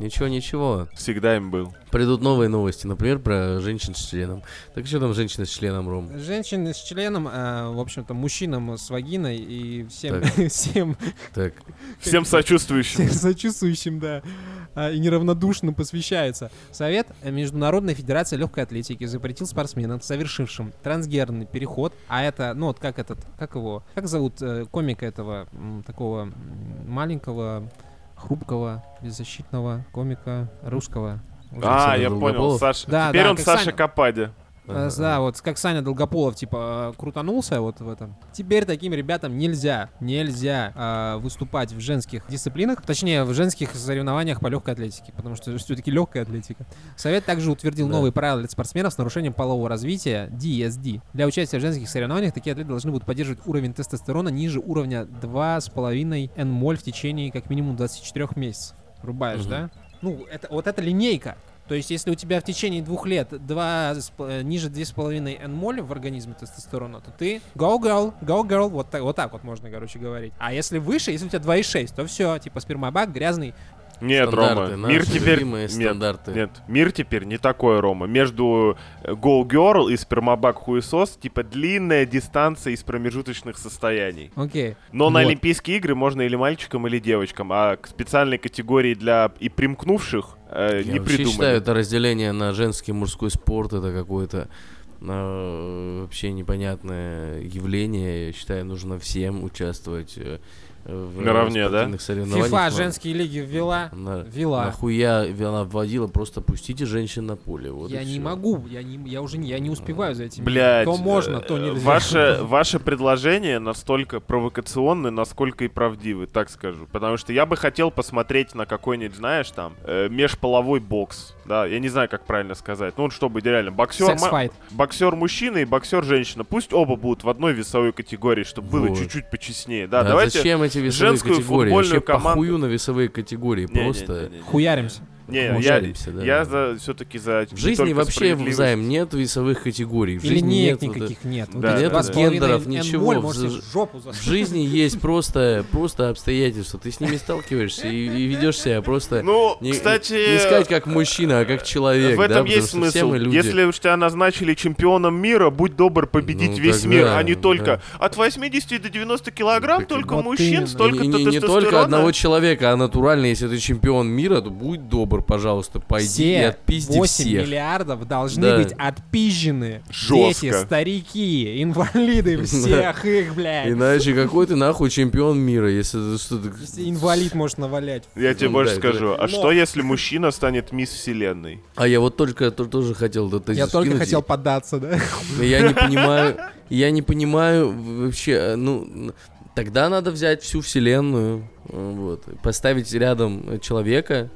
Ничего, ничего. Всегда им был. Придут новые новости, например, про женщин с членом. Так что там женщина с членом, Ром? Женщины с членом, э, в общем-то, мужчинам с вагиной и всем, всем, Так, всем Всем сочувствующим. сочувствующим, да, а, и неравнодушным посвящается. Совет Международной Федерации Легкой Атлетики запретил спортсменам, совершившим трансгендерный переход, а это, ну вот как этот, как его, как зовут э, комика этого, м, такого м, маленького, хрупкого, беззащитного комика русского. Уже А, Александр я понял, Долгополов. Саша. Да, Теперь да, он как Саша Саня. Капади. Э, Ага. Да, вот как Саня Долгополов, типа, э, крутанулся вот в этом. Теперь таким ребятам нельзя, нельзя э, выступать в женских дисциплинах, точнее, в женских соревнованиях по легкой атлетике, потому что все-таки легкая атлетика. Совет также утвердил Да. новые правила для спортсменов с нарушением полового развития DSD. Для участия в женских соревнованиях такие атлеты должны будут поддерживать уровень тестостерона ниже уровня 2,5 нмоль в течение как минимум 24 месяцев. Рубаешь, Мгм. да? Ну, это, вот это линейка. То есть, если у тебя в течение двух лет два, с п- э, ниже 2,5 N-моль в организме тестостерона, то ты go girl, go girl, вот так вот, так вот можно, короче, говорить. А если выше, если у тебя 2,6, то все, типа спермобак грязный. Нет, Стандарты, Рома, наши мир теперь... любимые Нет, стандарты. Нет, мир теперь не такой, Рома. Между э, Go Girl и спермобак хуесос типа длинная дистанция из промежуточных состояний. Окей. Но на Вот. Олимпийские игры можно или мальчикам, или девочкам, а к специальной категории для и примкнувших э, Я не вообще придумали. считаю это разделение на женский и мужской спорт это какое-то э, вообще непонятное явление. Я считаю, нужно всем участвовать э, в Наравне, да? спортивных соревнованиях. ФИФА Ну, женские лиги ввела. на- Вела. Нахуя вела вводила, просто пустите женщин на поле. Вот я и не всё. могу, я не, я уже не, я не успеваю за этим. Блядь, То можно, э, то э, нельзя. Ваше, ваше предложение настолько провокационное, насколько и правдивы, так скажу. Потому что я бы хотел посмотреть на какой-нибудь, знаешь, там, э, межполовой бокс. Да, я не знаю, как правильно сказать. Ну, он чтобы реально боксер, ма- Секс-файт. боксер мужчина и боксер женщина. Пусть оба будут в одной весовой категории, чтобы было Вот. чуть-чуть почестнее. Да, Да, давайте... зачем эти весовые женскую категории? футбольную Вообще команду- похую на весовые категории. Не-не-не-не-не. просто Хуяримся. Не, Ну, я, жаримся, да. я за, все-таки за в не жизни только вообще справедливость. взаим нет весовых категорий. В Или жизни нет, нет вот это- никаких нет. Вот Да, эти да, два да. с половиной Гендеров, N-моль ничего, можете в- в жопу за... В жизни есть просто, просто обстоятельства. Ты с ними сталкиваешься и, и ведешь себя просто... Ну, не- кстати... Не сказать как мужчина, а как человек. В этом да, есть потому что все смысл. мы люди. Если уж тебя назначили чемпионом мира, будь добр победить Ну, весь тогда, мир, а не только да. от 80 до 90 килограмм, Так, только вот мужчин, именно. И столько-то не, не только тестостерона. одного человека, а натурально, если ты чемпион мира, то будь добр, пожалуйста, пойди и Все отпизди 8 всех. миллиардов должны Да. быть отпизжены. Жёстко. Дети, старики, инвалиды, всех их, блядь. Иначе какой ты нахуй чемпион мира, если ты что ты- Если Инвалид может навалять. Я тебе Ну, больше да, скажу, это- а Но- что если мужчина станет мисс вселенной? А я вот только то- тоже хотел этот тезис Я только кинуть. хотел поддаться, да? Но Я не понимаю, я не понимаю вообще, э, ну, н- тогда надо взять всю вселенную, э, вот, и поставить рядом э, человека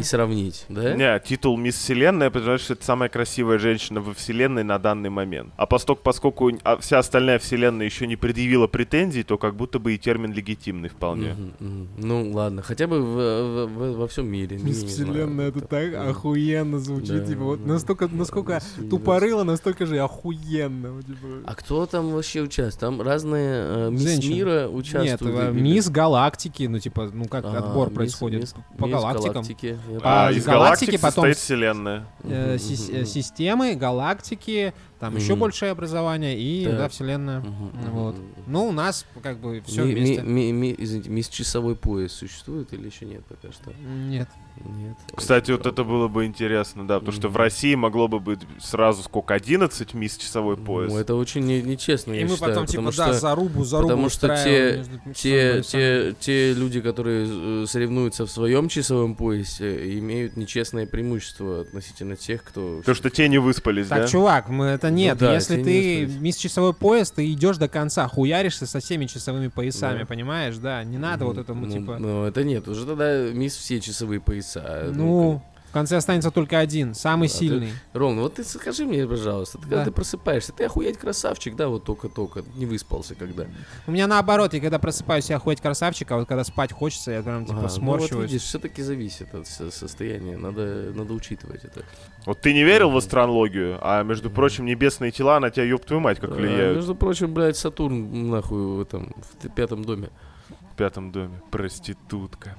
и сравнить, да? Не, титул мисс вселенная, потому что это самая красивая женщина во вселенной на данный момент. А поскольку, поскольку а, вся остальная вселенная еще не предъявила претензий, то как будто бы и термин легитимный вполне. Мгм, мгм. Ну ладно, хотя бы в- в- в- во всем мире. не- Мисс не знаю, Вселенная, это так такое. охуенно звучит. Да, Типа, вот да. настолько, насколько Мисс Юниверс. тупорыло, настолько же и охуенно. вот, типа. А кто там вообще участвует? Там разные э, мисс Женщины. мира Нет, участвуют. э, или- мисс галактики, ну типа, ну как Ага, отбор мисс- происходит мисс- по мисс галактикам. галактики, я А, А, из из галактики галактики потом состоит с- вселенная. Э, Мгм, сис- мгм, э, Системы, галактики, там еще Мгм. большее образование и Так. да, вселенная. мгм, мгм, Вот. мгм. Ну, у нас как бы все Ми- ми- вместе. ми- ми- извините, мисс часовой пояс существует или еще нет пока что? Нет. Нет. Кстати, вот это было бы интересно, да, потому что в Мгм. России могло бы быть сразу сколько, 11 мисс часовой пояс. Ну, это очень не- нечестно, И я мы считаю, потом, типа, потому да, что- зарубу, зарубу потому что те- устраиваем между те, Александром и те, те люди, которые э, соревнуются в своем часовом поясе, имеют нечестное преимущество относительно тех, кто... То, что те не выспались, Так, да? чувак, мы это нет. Ну да, Если если ты не успеть. мисс часовой пояс, ты идешь до конца, хуяришься со всеми часовыми поясами, Да. понимаешь? Да, не надо вот этому ну, типа. Ну, это нет, уже тогда мисс все часовые пояса. а, Ну, в конце останется только один, самый Да, ты- сильный. Ровно, вот ты скажи мне, пожалуйста, ты, Да. когда ты просыпаешься, ты охуеть красавчик, да, вот только-только, не выспался когда. У меня наоборот, я когда просыпаюсь, я хоть красавчик, а вот когда спать хочется, я прям типа А, Ну, вот сморщиваюсь. видишь, все-таки зависит от со- состояния, надо, надо учитывать это. Вот ты не верил в астрологию, а, между прочим, небесные тела на тебя, ёб твою мать, как А, влияют между прочим, блядь, Сатурн, нахуй, в этом, в т- пятом доме. в пятом доме. Проститутка.